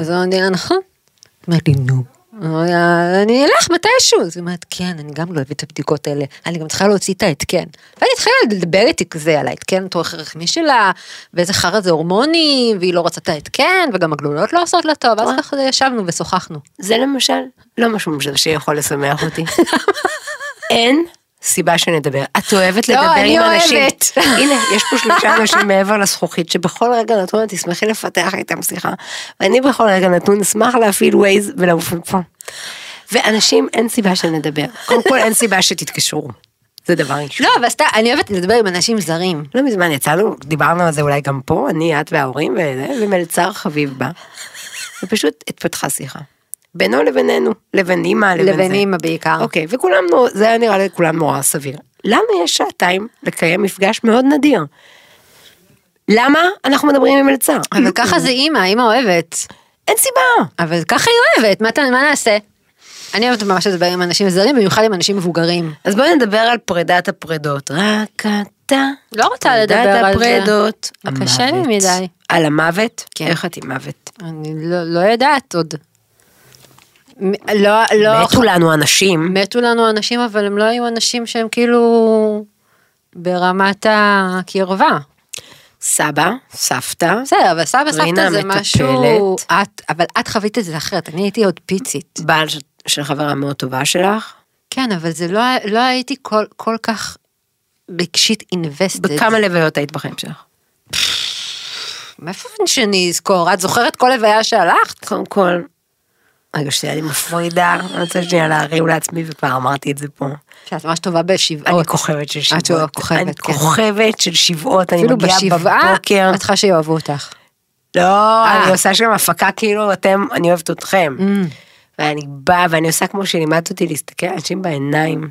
S3: אז אמרתי לה, נכון. היא אומרת לי, נו. אמרתי לה, אני אלך מתישהו. אז היא אומרת, כן, אני גם לא אוהבת את הבדיקות האלה. אני גם צריכה להוציא את ההתקן. ואני התחילה לדבר איתי כזה על ההתקן התורך הרחמי שלה, ואיזה חרא זה הורמוני, והיא לא רוצה את ההתקן, וגם הגלולות לא עושות לה טוב. אז ככה ישבנו ושוחחנו.
S4: זה למשל לא משהו למשל שיכול לשמח אותי. אין סיבה שנדבר. את אוהבת
S3: לא,
S4: לדבר
S3: אני
S4: עם אנשים.
S3: אוהבת.
S4: הנה, יש פה שלושה אנשים מעבר לזכוכית, שבכל רגע נתון את תשמחי לפתח איתם שיחה, ואני בכל רגע נתון אשמח להפעיל ווייז ולעוף מפה. ואנשים, אין סיבה שנדבר. קודם כל, אין סיבה שתתקשרו. זה דבר ראשון.
S3: לא, אבל סתם, אני אוהבת לדבר עם אנשים זרים.
S4: לא מזמן יצאנו, דיברנו על זה אולי גם פה, אני, את וההורים, וזה, ומלצר חביב בא, ופשוט התפתחה שיחה. בינו לבינינו, לבין אימא, לבין זה.
S3: לבין אימא בעיקר.
S4: אוקיי, וכולם, נו- זה היה נראה לכולם נורא סביר. למה יש שעתיים לקיים מפגש מאוד נדיר? למה אנחנו מדברים עם מלצר?
S3: אבל ככה זה אימא, אימא אוהבת.
S4: אין סיבה.
S3: אבל ככה היא אוהבת, מה, אתה- מה נעשה? אני אוהבת ממש לדבר עם אנשים זרים, במיוחד עם אנשים מבוגרים.
S4: אז בואי נדבר על פרידת הפרדות. רק אתה.
S3: לא רוצה לדבר
S4: פרידת
S3: על זה.
S4: הפרדות.
S3: קשה לי
S4: המוות.
S3: מדי.
S4: על המוות?
S3: כן.
S4: איך את עם מוות?
S3: אני לא, לא יודעת עוד. מ- לא, לא,
S4: מתו לנו אנשים.
S3: מתו לנו אנשים, אבל הם לא היו אנשים שהם כאילו ברמת הקרבה.
S4: סבא, סבתא.
S3: בסדר, אבל סבא
S4: רינה
S3: סבתא זה
S4: המטפלת.
S3: משהו... את, אבל את חווית את זה אחרת, אני הייתי עוד פיצית.
S4: בעל ש- של חברה מאוד טובה שלך.
S3: כן, אבל זה לא, לא הייתי כל, כל כך רגשית invested.
S4: בכמה לוויות היית בחיים שלך?
S3: מאיפה שאני אזכור? את זוכרת כל לוויה שהלכת?
S4: קודם כל, רגע שנייה, אני מפרידה, אני רוצה שנייה להרים לעצמי, וכבר אמרתי את זה פה.
S3: שאת ממש טובה בשבעות.
S4: כן. אני כוכבת של שבעות.
S3: את לא כוכבת,
S4: אני
S3: כן.
S4: כוכבת של שבעות, אני
S3: אפילו
S4: מגיעה
S3: בשבעה,
S4: בבוקר.
S3: את צריכה שיאהבו אותך.
S4: לא, אני עושה שם הפקה כאילו אתם, אני אוהבת אתכם. ואני באה ואני עושה כמו שלימדת אותי להסתכל על אנשים בעיניים.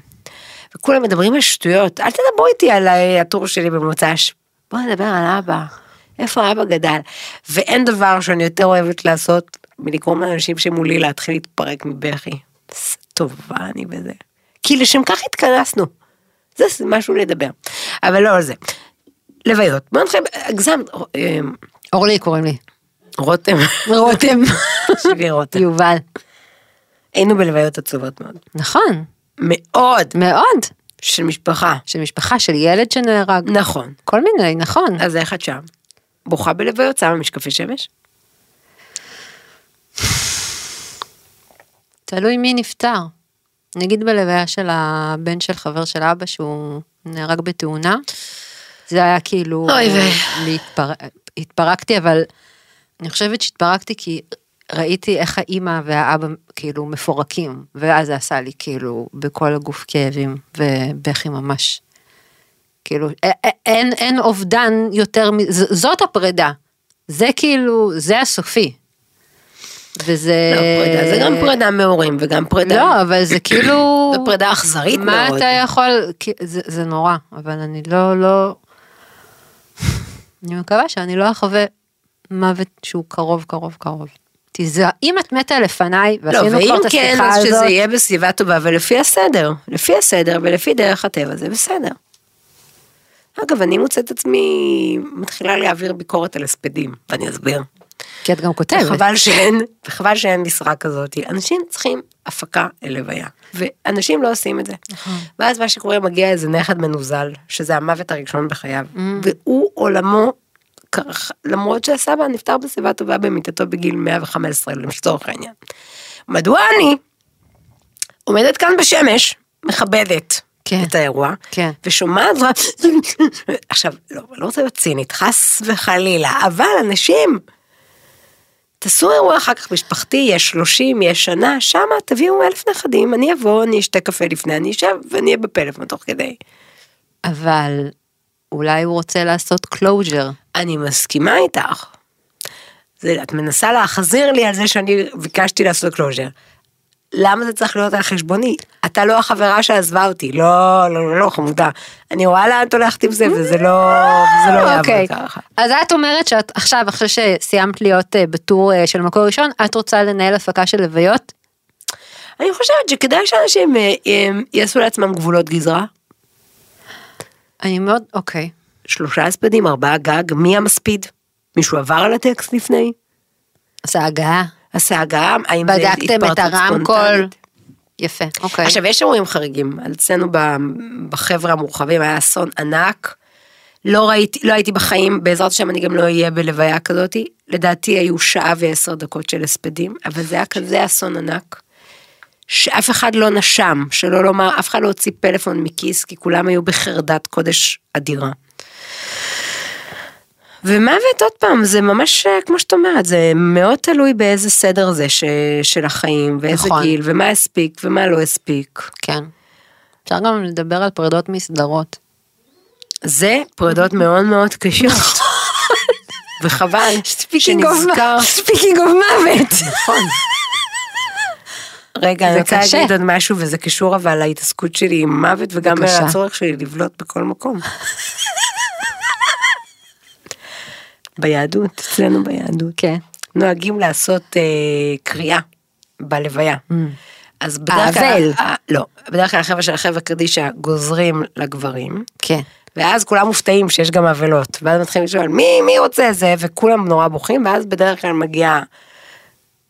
S4: וכולם מדברים על שטויות, אל תדברו איתי על אה, הטור שלי במוצ"ש. בואו נדבר על אבא, איפה אבא גדל. ואין דבר שאני יותר אוהבת לעשות מלגרום לאנשים שמולי להתחיל להתפרק מבכי. איזה טובה אני בזה. כי לשם כך התכנסנו. זה משהו לדבר. אבל לא על זה. לוויות. בוא נתחיל, הגזם, אה,
S3: אורלי קוראים לי.
S4: רותם,
S3: רותם.
S4: שלי רותם.
S3: יובל.
S4: היינו בלוויות עצובות מאוד.
S3: נכון,
S4: מאוד.
S3: מאוד.
S4: של משפחה.
S3: של משפחה, של ילד שנהרג.
S4: נכון.
S3: כל מיני, נכון.
S4: אז איך את שם? בוכה בלוויות, שמה משקפי שמש?
S3: תלוי מי נפטר. נגיד בלוויה של הבן של חבר של אבא שהוא נהרג בתאונה, זה היה כאילו...
S4: אוי ויי.
S3: להתפר... התפרקתי, אבל אני חושבת שהתפרקתי כי ראיתי איך האימא והאבא כאילו מפורקים, ואז זה עשה לי כאילו בכל הגוף כאבים ובכי ממש. כאילו, א- א- אין, אין אובדן יותר, מ- ז- זאת הפרידה. זה כאילו, זה הסופי. וזה...
S4: לא, פרידה. זה גם פרידה מהורים וגם פרידה.
S3: אה, לא, אבל זה כאילו...
S4: זו פרידה אכזרית
S3: מה
S4: מאוד.
S3: אתה יכול... כי- זה זה נורא, אבל אני לא, לא... אני מקווה שאני לא אחווה מוות שהוא קרוב, קרוב, קרוב. תיזהר, אם את מתה לפניי,
S4: לא,
S3: ועשינו
S4: ואם
S3: כבר את
S4: כן,
S3: השיחה
S4: אז שזה
S3: הזאת,
S4: יהיה בסביבה טובה ולפי הסדר. לפי הסדר ולפי דרך הטבע זה בסדר. אגב, אני מוצאת את עצמי מתחילה להעביר ביקורת על הספדים, ואני אסביר.
S3: כי את גם כותבת.
S4: וחבל שאין, וחבל שאין משרה כזאת. אנשים צריכים הפקה ללוויה, ואנשים לא עושים את זה. ואז מה שקורה, מגיע איזה נכד מנוזל, שזה המוות הראשון בחייו, והוא עולמו, כרך- למרות שהסבא נפטר בשיבה טובה במיטתו בגיל 115, לצורך העניין. מדוע אני עומדת כאן בשמש, מכבדת.
S3: כן.
S4: את האירוע,
S3: כן.
S4: ושומעת, עכשיו, לא, לא רוצה להיות צינית, חס וחלילה, אבל אנשים תעשו אירוע אחר כך משפחתי, יש 30, יש שנה, שמה תביאו אלף נכדים, אני אבוא, אני אשתה קפה לפני, אני אשב ואני אהיה בפלאפון תוך כדי.
S3: אבל אולי הוא רוצה לעשות קלוז'ר.
S4: אני מסכימה איתך. זה, את מנסה להחזיר לי על זה שאני ביקשתי לעשות קלוז'ר. למה זה צריך להיות על חשבוני? אתה לא החברה שעזבה אותי, לא, לא, לא, לא, חמודה. אני רואה לאן את הולכת עם זה, וזה לא, זה לא יעבור
S3: אוקיי.
S4: ככה.
S3: אז את אומרת שאת עכשיו, אחרי שסיימת להיות אה, בטור אה, של מקור ראשון, את רוצה לנהל הפקה של לוויות?
S4: אני חושבת שכדאי שאנשים אה, אה, יעשו לעצמם גבולות גזרה.
S3: אני מאוד, אוקיי.
S4: שלושה הספדים, ארבעה גג, מי המספיד? מישהו עבר על הטקסט לפני?
S3: זה הגעה.
S4: עשה הגעה? האם זה
S3: בדקתם את
S4: התפרצות
S3: הרמקול.
S4: ספונטנית?
S3: יפה, אוקיי.
S4: עכשיו, יש אירועים חריגים. אצלנו ב- בחבר'ה המורחבים היה אסון ענק. לא ראיתי, לא הייתי בחיים, בעזרת השם אני גם לא אהיה בלוויה כזאתי. לדעתי היו שעה ועשר דקות של הספדים, אבל זה היה כזה אסון ענק. שאף אחד לא נשם, שלא לומר, אף אחד לא הוציא פלאפון מכיס, כי כולם היו בחרדת קודש אדירה. ומוות, עוד פעם, זה ממש, אה, כמו שאת אומרת, זה מאוד תלוי באיזה סדר זה ש, של החיים, ואיזה
S3: נכון.
S4: נכון. גיל, ומה הספיק ומה לא הספיק.
S3: כן. אפשר גם לדבר על פרדות מסדרות.
S4: זה פרידות מאוד מאוד קשות. וחבל שנזכר.
S3: ספיקינג אוף מוות.
S4: נכון. רגע, אני
S3: זה
S4: רוצה
S3: קשה.
S4: להגיד עוד משהו, וזה קשור אבל להתעסקות שלי עם מוות, וגם
S3: בבקשה.
S4: הצורך שלי לבלוט בכל מקום. ביהדות, אצלנו ביהדות.
S3: כן.
S4: נוהגים לעשות אה, קריאה בלוויה. אז בדרך
S3: האבל.
S4: כלל, אה, לא, בדרך כלל החבר'ה של החבר'ה קדישא גוזרים לגברים,
S3: כן.
S4: ואז כולם מופתעים שיש גם אבלות, ואז מתחילים לשאול מי, מי רוצה זה, וכולם נורא בוכים, ואז בדרך כלל מגיעה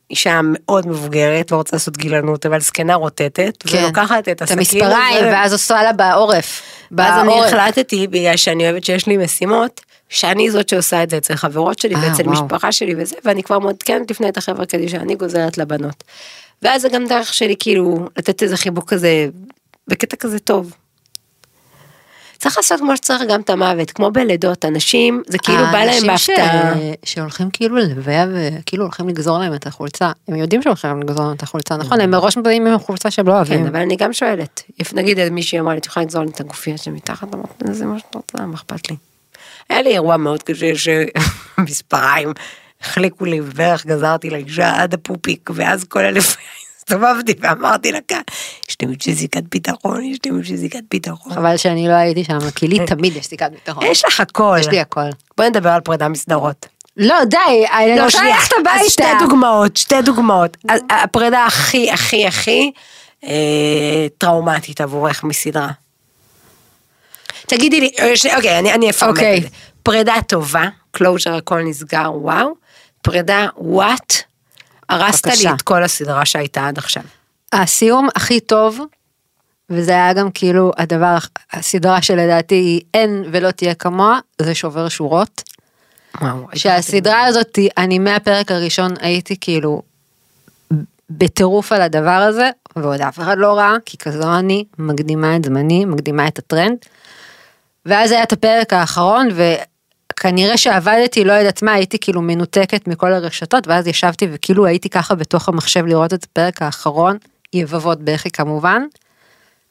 S4: אישה מאוד מבוגרת, לא רוצה לעשות גילנות, אבל זקנה רוטטת,
S3: כן.
S4: ולוקחת את הסכין,
S3: את המספריים,
S4: הזה,
S3: ואז עושה לה בעורף.
S4: ואז אני
S3: בעורף.
S4: החלטתי, בגלל שאני אוהבת שיש לי משימות, שאני זאת שעושה את זה אצל חברות שלי
S3: אה,
S4: ואצל
S3: וואו.
S4: משפחה שלי וזה, ואני כבר מעודכנת לפני את החברה קדישא, אני גוזרת לבנות. ואז זה גם דרך שלי כאילו לתת איזה חיבוק כזה, בקטע כזה טוב. צריך לעשות כמו שצריך גם את המוות, כמו בלידות, אנשים, זה כאילו בא
S3: האנשים
S4: להם
S3: אה, ש-
S4: בהפתעה.
S3: שהולכים כאילו ללוויה וכאילו הולכים לגזור להם את החולצה. הם יודעים שהולכים לגזור להם את החולצה, נכון? הם מראש באים עם חולצה שהם לא
S4: Mm. כן,
S3: אוהבים.
S4: אבל אני גם שואלת, if נגיד איזה מישהי אמרה לי, את יכולה לגזור לי את הגופייה שמתחת, אמרתי, זה מה שאת רוצה, מה אכפת לי. היה לי אירוע מאוד קשה שמספריים החליקו לי ובערך גזרתי לאישה עד הפופיק, ואז כל אלף הסתובבתי ואמרתי לה, "כאן, יש לי מישהי זיקת ביטחון, יש לי מישהי זיקת ביטחון.
S3: חבל שאני לא הייתי שם, כי לי תמיד יש סיכת ביטחון.
S4: אה. יש לך הכל.
S3: יש לי הכל.
S4: בואי נדבר על פרידה מסדרות.
S3: לא, די, אני רוצה
S4: שנייה.
S3: ללכת
S4: אז שתי
S3: הביתה.
S4: דוגמאות, שתי דוגמאות. אז הפרידה הכי הכי הכי אה, טראומטית עבורך מסדרה. תגידי לי, אה, ש- אוקיי, אני, אני אפרמט
S3: אוקיי.
S4: את זה. פרידה טובה, קלוז'ר הכל נסגר, וואו. פרידה, וואט. הרסת לי
S3: בבקשה.
S4: את כל הסדרה שהייתה עד עכשיו.
S3: הסיום הכי טוב, וזה היה גם כאילו הדבר, הסדרה שלדעתי היא אין ולא תהיה כמוה, זה שובר שורות.
S4: וואו. הייתי-
S3: שהסדרה הזאת, אני מהפרק הראשון הייתי כאילו בטירוף על הדבר הזה, ועוד אף אחד לא ראה, כי כזו אני מקדימה את זמני, מקדימה את הטרנד. ואז היה את הפרק האחרון, וכנראה שעבדתי, לא יודעת מה, הייתי כאילו מנותקת מכל הרשתות, ואז ישבתי וכאילו הייתי ככה בתוך המחשב לראות את הפרק האחרון, יבבות בכי כמובן,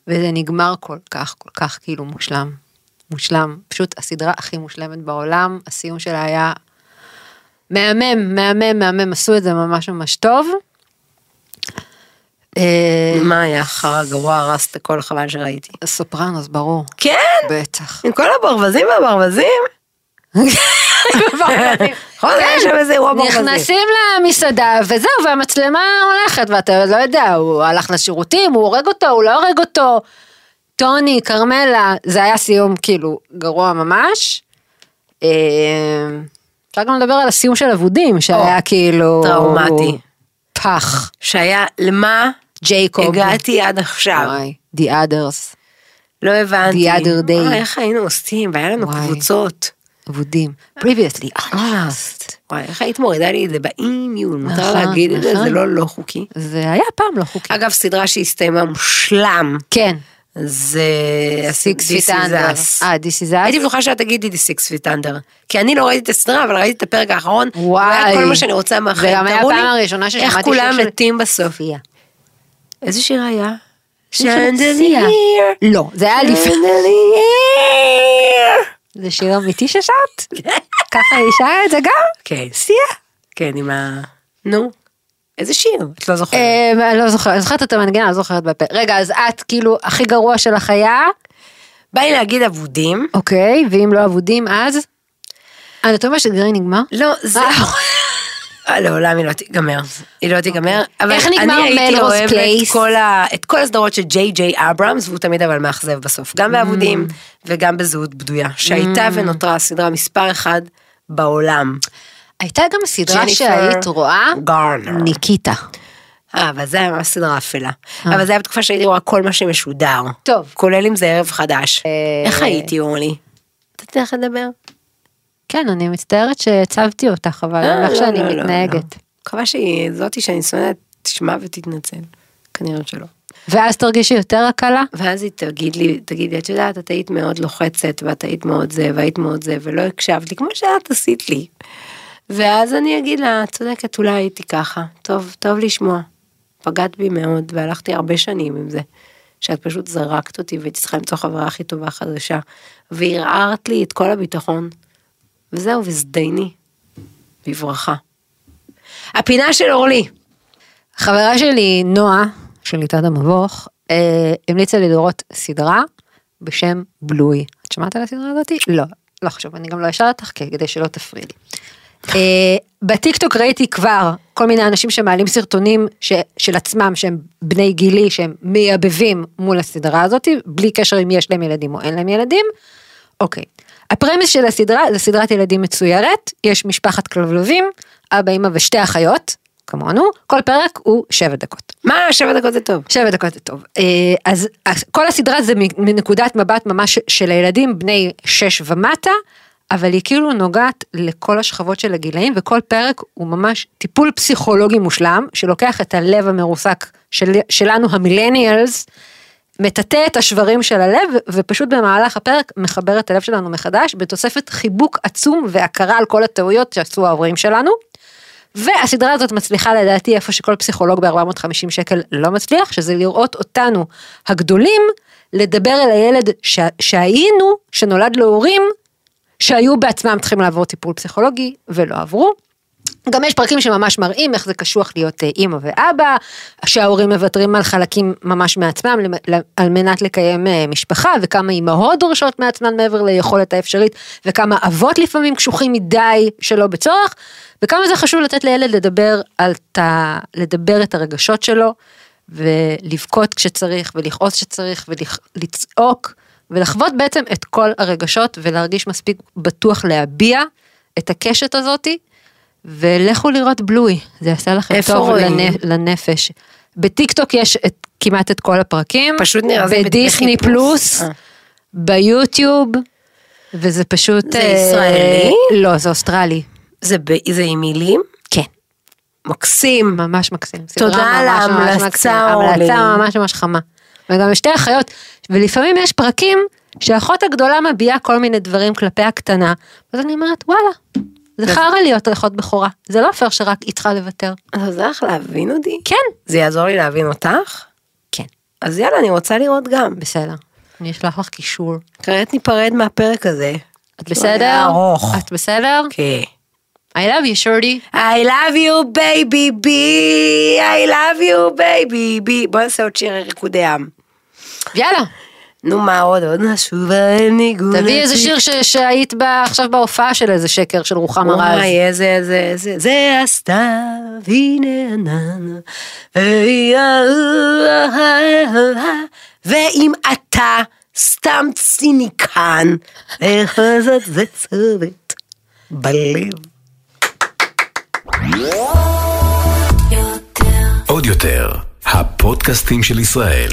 S3: וזה נגמר כל כך, כל כך כאילו מושלם. מושלם, פשוט הסדרה הכי מושלמת בעולם, הסיום שלה היה מהמם, מהמם, מהמם, עשו את זה ממש ממש טוב. אה,
S4: מה היה אחר הגרוע, הרסת כל חבל שראיתי.
S3: סופרנוס, ברור.
S4: כן,
S3: בטח.
S4: עם כל הברווזים והברווזים. נכון,
S3: כן.
S4: היה שם איזה אירוע ברווזים.
S3: נכנסים למסעדה וזהו והמצלמה הולכת ואתה לא יודע הוא הלך לשירותים הוא הורג אותו הוא לא הורג אותו. טוני כרמלה זה היה סיום כאילו גרוע ממש. אה, אפשר גם לדבר על הסיום של אבודים שהיה כאילו
S4: טראומטי.
S3: פח
S4: שהיה, למה
S3: ג'ייקוב.
S4: הגעתי עד עכשיו?
S3: וואי, The Others
S4: לא הבנתי.
S3: The other day.
S4: וואי, איך היינו עושים, והיה לנו
S3: וואי.
S4: קבוצות.
S3: אבודים. Previously.
S4: אה.
S3: Unlost.
S4: וואי, איך היית מורידה לי את זה באימיול, מותר
S3: נכון,
S4: להגיד את זה,
S3: נכון.
S4: זה לא לא חוקי.
S3: זה היה פעם לא חוקי.
S4: אגב, סדרה שהסתיימה מושלם,
S3: כן.
S4: זה...
S3: Six
S4: This
S3: Feet
S4: Is
S3: Under.
S4: Us.
S3: אה, This is us.
S4: הייתי בטוחה שאת תגידי לי סיקס פיט אנדר, כי אני לא ראיתי את הסדרה, אבל ראיתי את הפרק האחרון,
S3: וואי.
S4: זה היה כל מה שאני רוצה מהחיים,
S3: וגם היה
S4: תראו לי
S3: הפעם הראשונה ששמעתי
S4: איך כולם
S3: שיר של-
S4: מתים בסוף.
S3: סופיה.
S4: איזה שיר היה?
S3: Chandelier. לא, זה היה לפני.
S4: Chandelier.
S3: זה שיר אמיתי ששרת? ככה היא שרה את זה גם?
S4: כן, סיה. כן, עם ה... נו. איזה שיר? את לא זוכרת.
S3: אה, לא זוכרת, אני זוכרת את המנגינה, לא זוכרת בפה. רגע, אז את כאילו הכי גרוע שלך היה,
S4: בא לי להגיד אבודים.
S3: אוקיי, ואם לא אבודים אז? אנטומיה של גרעין נגמר?
S4: לא, זה... אה, לעולם היא לא תיגמר. היא לא תיגמר. אבל
S3: אוקיי. איך נגמר
S4: אני הייתי
S3: Melrose
S4: אוהבת
S3: Place?
S4: כל ה- את כל הסדרות של ג'יי ג'יי אברהמס, והוא תמיד אבל מאכזב בסוף.
S3: Mm.
S4: גם באבודים וגם בזהות בדויה, שהייתה ונותרה הסדרה מספר אחד בעולם.
S3: הייתה גם סדרה
S4: ג'ניפר
S3: שהיית רואה,
S4: גארנר.
S3: ניקיטה.
S4: אה, אבל זה היה ממש סדרה אפלה. אבל זה היה בתקופה שהייתי רואה כל מה שמשודר.
S3: אה. טוב. אה,
S4: כולל אם זה ערב חדש. איך הייתי, אורלי? אתה יודע איך לדבר?
S3: כן, אני מצטערת שהצבתי אותך, אבל
S4: אה,
S3: איך
S4: לא,
S3: שאני
S4: לא, לא, לא.
S3: מתנהגת.
S4: מקווה שהיא זאתי שאני שונאת תשמע ותתנצל. כנראה שלא.
S3: ואז תרגישי יותר הקלה?
S4: ואז היא תגיד לי, תגיד לי, את יודעת, את היית מאוד לוחצת, ואת היית מאוד זה, והיית מאוד זה, ולא הקשבת לי, כמו שאת עשית לי. ואז אני אגיד לה, את צודקת, אולי הייתי ככה. טוב, טוב לשמוע. פגעת בי מאוד, והלכתי הרבה שנים עם זה. שאת פשוט זרקת אותי, והייתי צריכה למצוא חברה הכי טובה חדשה. וערערת לי את כל הביטחון. וזהו, וזדייני. בברכה. הפינה של אורלי.
S3: חברה שלי, נועה, של ליטת המבוך, אה, המליצה לי לראות סדרה בשם בלוי. את שמעת על הסדרה הזאתי? לא, לא חשוב, אני גם לא אשאל אותך כי- כדי שלא תפריעי לי. אה, בטיקטוק ראיתי כבר כל מיני אנשים שמעלים סרטונים ש, של עצמם שהם בני גילי שהם מייבבים מול הסדרה הזאת בלי קשר אם יש להם ילדים או אין להם ילדים. אוקיי. הפרמיס של הסדרה זה סדרת ילדים מצוירת, יש משפחת כלבלבים, אבא, אמא ושתי אחיות, כמונו, כל פרק הוא שבע דקות.
S4: מה, שבע דקות זה טוב.
S3: שבע דקות זה טוב. אה, אז אז כל הסדרה זה מ- מנקודת מבט ממש של הילדים בני שש ומטה, אבל היא כאילו נוגעת לכל השכבות של הגילאים, וכל פרק הוא ממש טיפול פסיכולוגי מושלם, שלוקח את הלב המרוסק של, שלנו המילניאלס, מטאטא את השברים של הלב, ו- ופשוט במהלך הפרק מחבר את הלב שלנו מחדש, בתוספת חיבוק עצום והכרה על כל הטעויות שעשו ההורים שלנו. והסדרה הזאת מצליחה לדעתי איפה שכל פסיכולוג ב-450 שקל לא מצליח, שזה לראות אותנו הגדולים, לדבר אל הילד ש... שהיינו, שנולד להורים, שהיו בעצמם צריכים לעבור טיפול פסיכולוגי ולא עברו. גם יש פרקים שממש מראים איך זה קשוח להיות אה, אימא ואבא, שההורים מוותרים על חלקים ממש מעצמם למ- ל- על מנת לקיים אה, משפחה, וכמה אימהות דורשות מעצמן מעבר ליכולת האפשרית, וכמה אבות לפעמים קשוחים מדי שלא בצורך, וכמה זה חשוב לתת לילד לדבר, על ת... לדבר את הרגשות שלו, ולבכות כשצריך, ולכעוס כשצריך, ולצעוק, ולחוות בעצם את כל הרגשות ולהרגיש מספיק בטוח להביע את הקשת הזאתי, ולכו לראות בלוי, זה יעשה לכם
S4: איפה
S3: טוב
S4: רואים?
S3: לנ... לנפש. בטיק טוק יש את, כמעט את כל הפרקים,
S4: פשוט נראה זה
S3: בדיסני
S4: בחיפוש.
S3: פלוס,
S4: אה.
S3: ביוטיוב, וזה פשוט... אה,
S4: זה ישראלי?
S3: לא, זה אוסטרלי.
S4: זה ב- זה עם מילים?
S3: כן.
S4: מקסים.
S3: ממש מקסים.
S4: תודה
S3: סדרה
S4: על
S3: ממש ממש
S4: ההמלצה,
S3: מקסימה.
S4: אורלי.
S3: המלצה ממש ממש חמה. וגם יש שתי אחיות, ולפעמים יש פרקים שהאחות הגדולה מביעה כל מיני דברים כלפי הקטנה, אז אני אומרת, וואלה, זה חרא להיות אחות בכורה, זה לא פייר שרק היא צריכה לוותר.
S4: זה עוזר לך להבין אותי?
S3: כן.
S4: זה יעזור לי להבין אותך?
S3: כן.
S4: אז יאללה, אני רוצה לראות גם.
S3: בסדר, אני אשלח לך קישור.
S4: כעת ניפרד מהפרק הזה.
S3: את בסדר?
S4: היה לא ארוך.
S3: את בסדר?
S4: כן.
S3: I love you, שורדי.
S4: I love you baby בי, I love you baby בי. בוא נעשה עוד שיר ריקודי עם.
S3: יאללה,
S4: נו מה עוד עוד נשוב אל ניגון.
S3: תביאי איזה
S4: עצי.
S3: שיר ש- שהיית בה עכשיו בהופעה של איזה שקר של רוחמה רז.
S4: וואי איזה איזה איזה זה הסתיו הנה ענן אי, אה, אה, אה, אה. ואם אתה סתם ציניקן איך זאת זה צוות בלב.
S1: עוד יותר, הפודקאסטים של ישראל.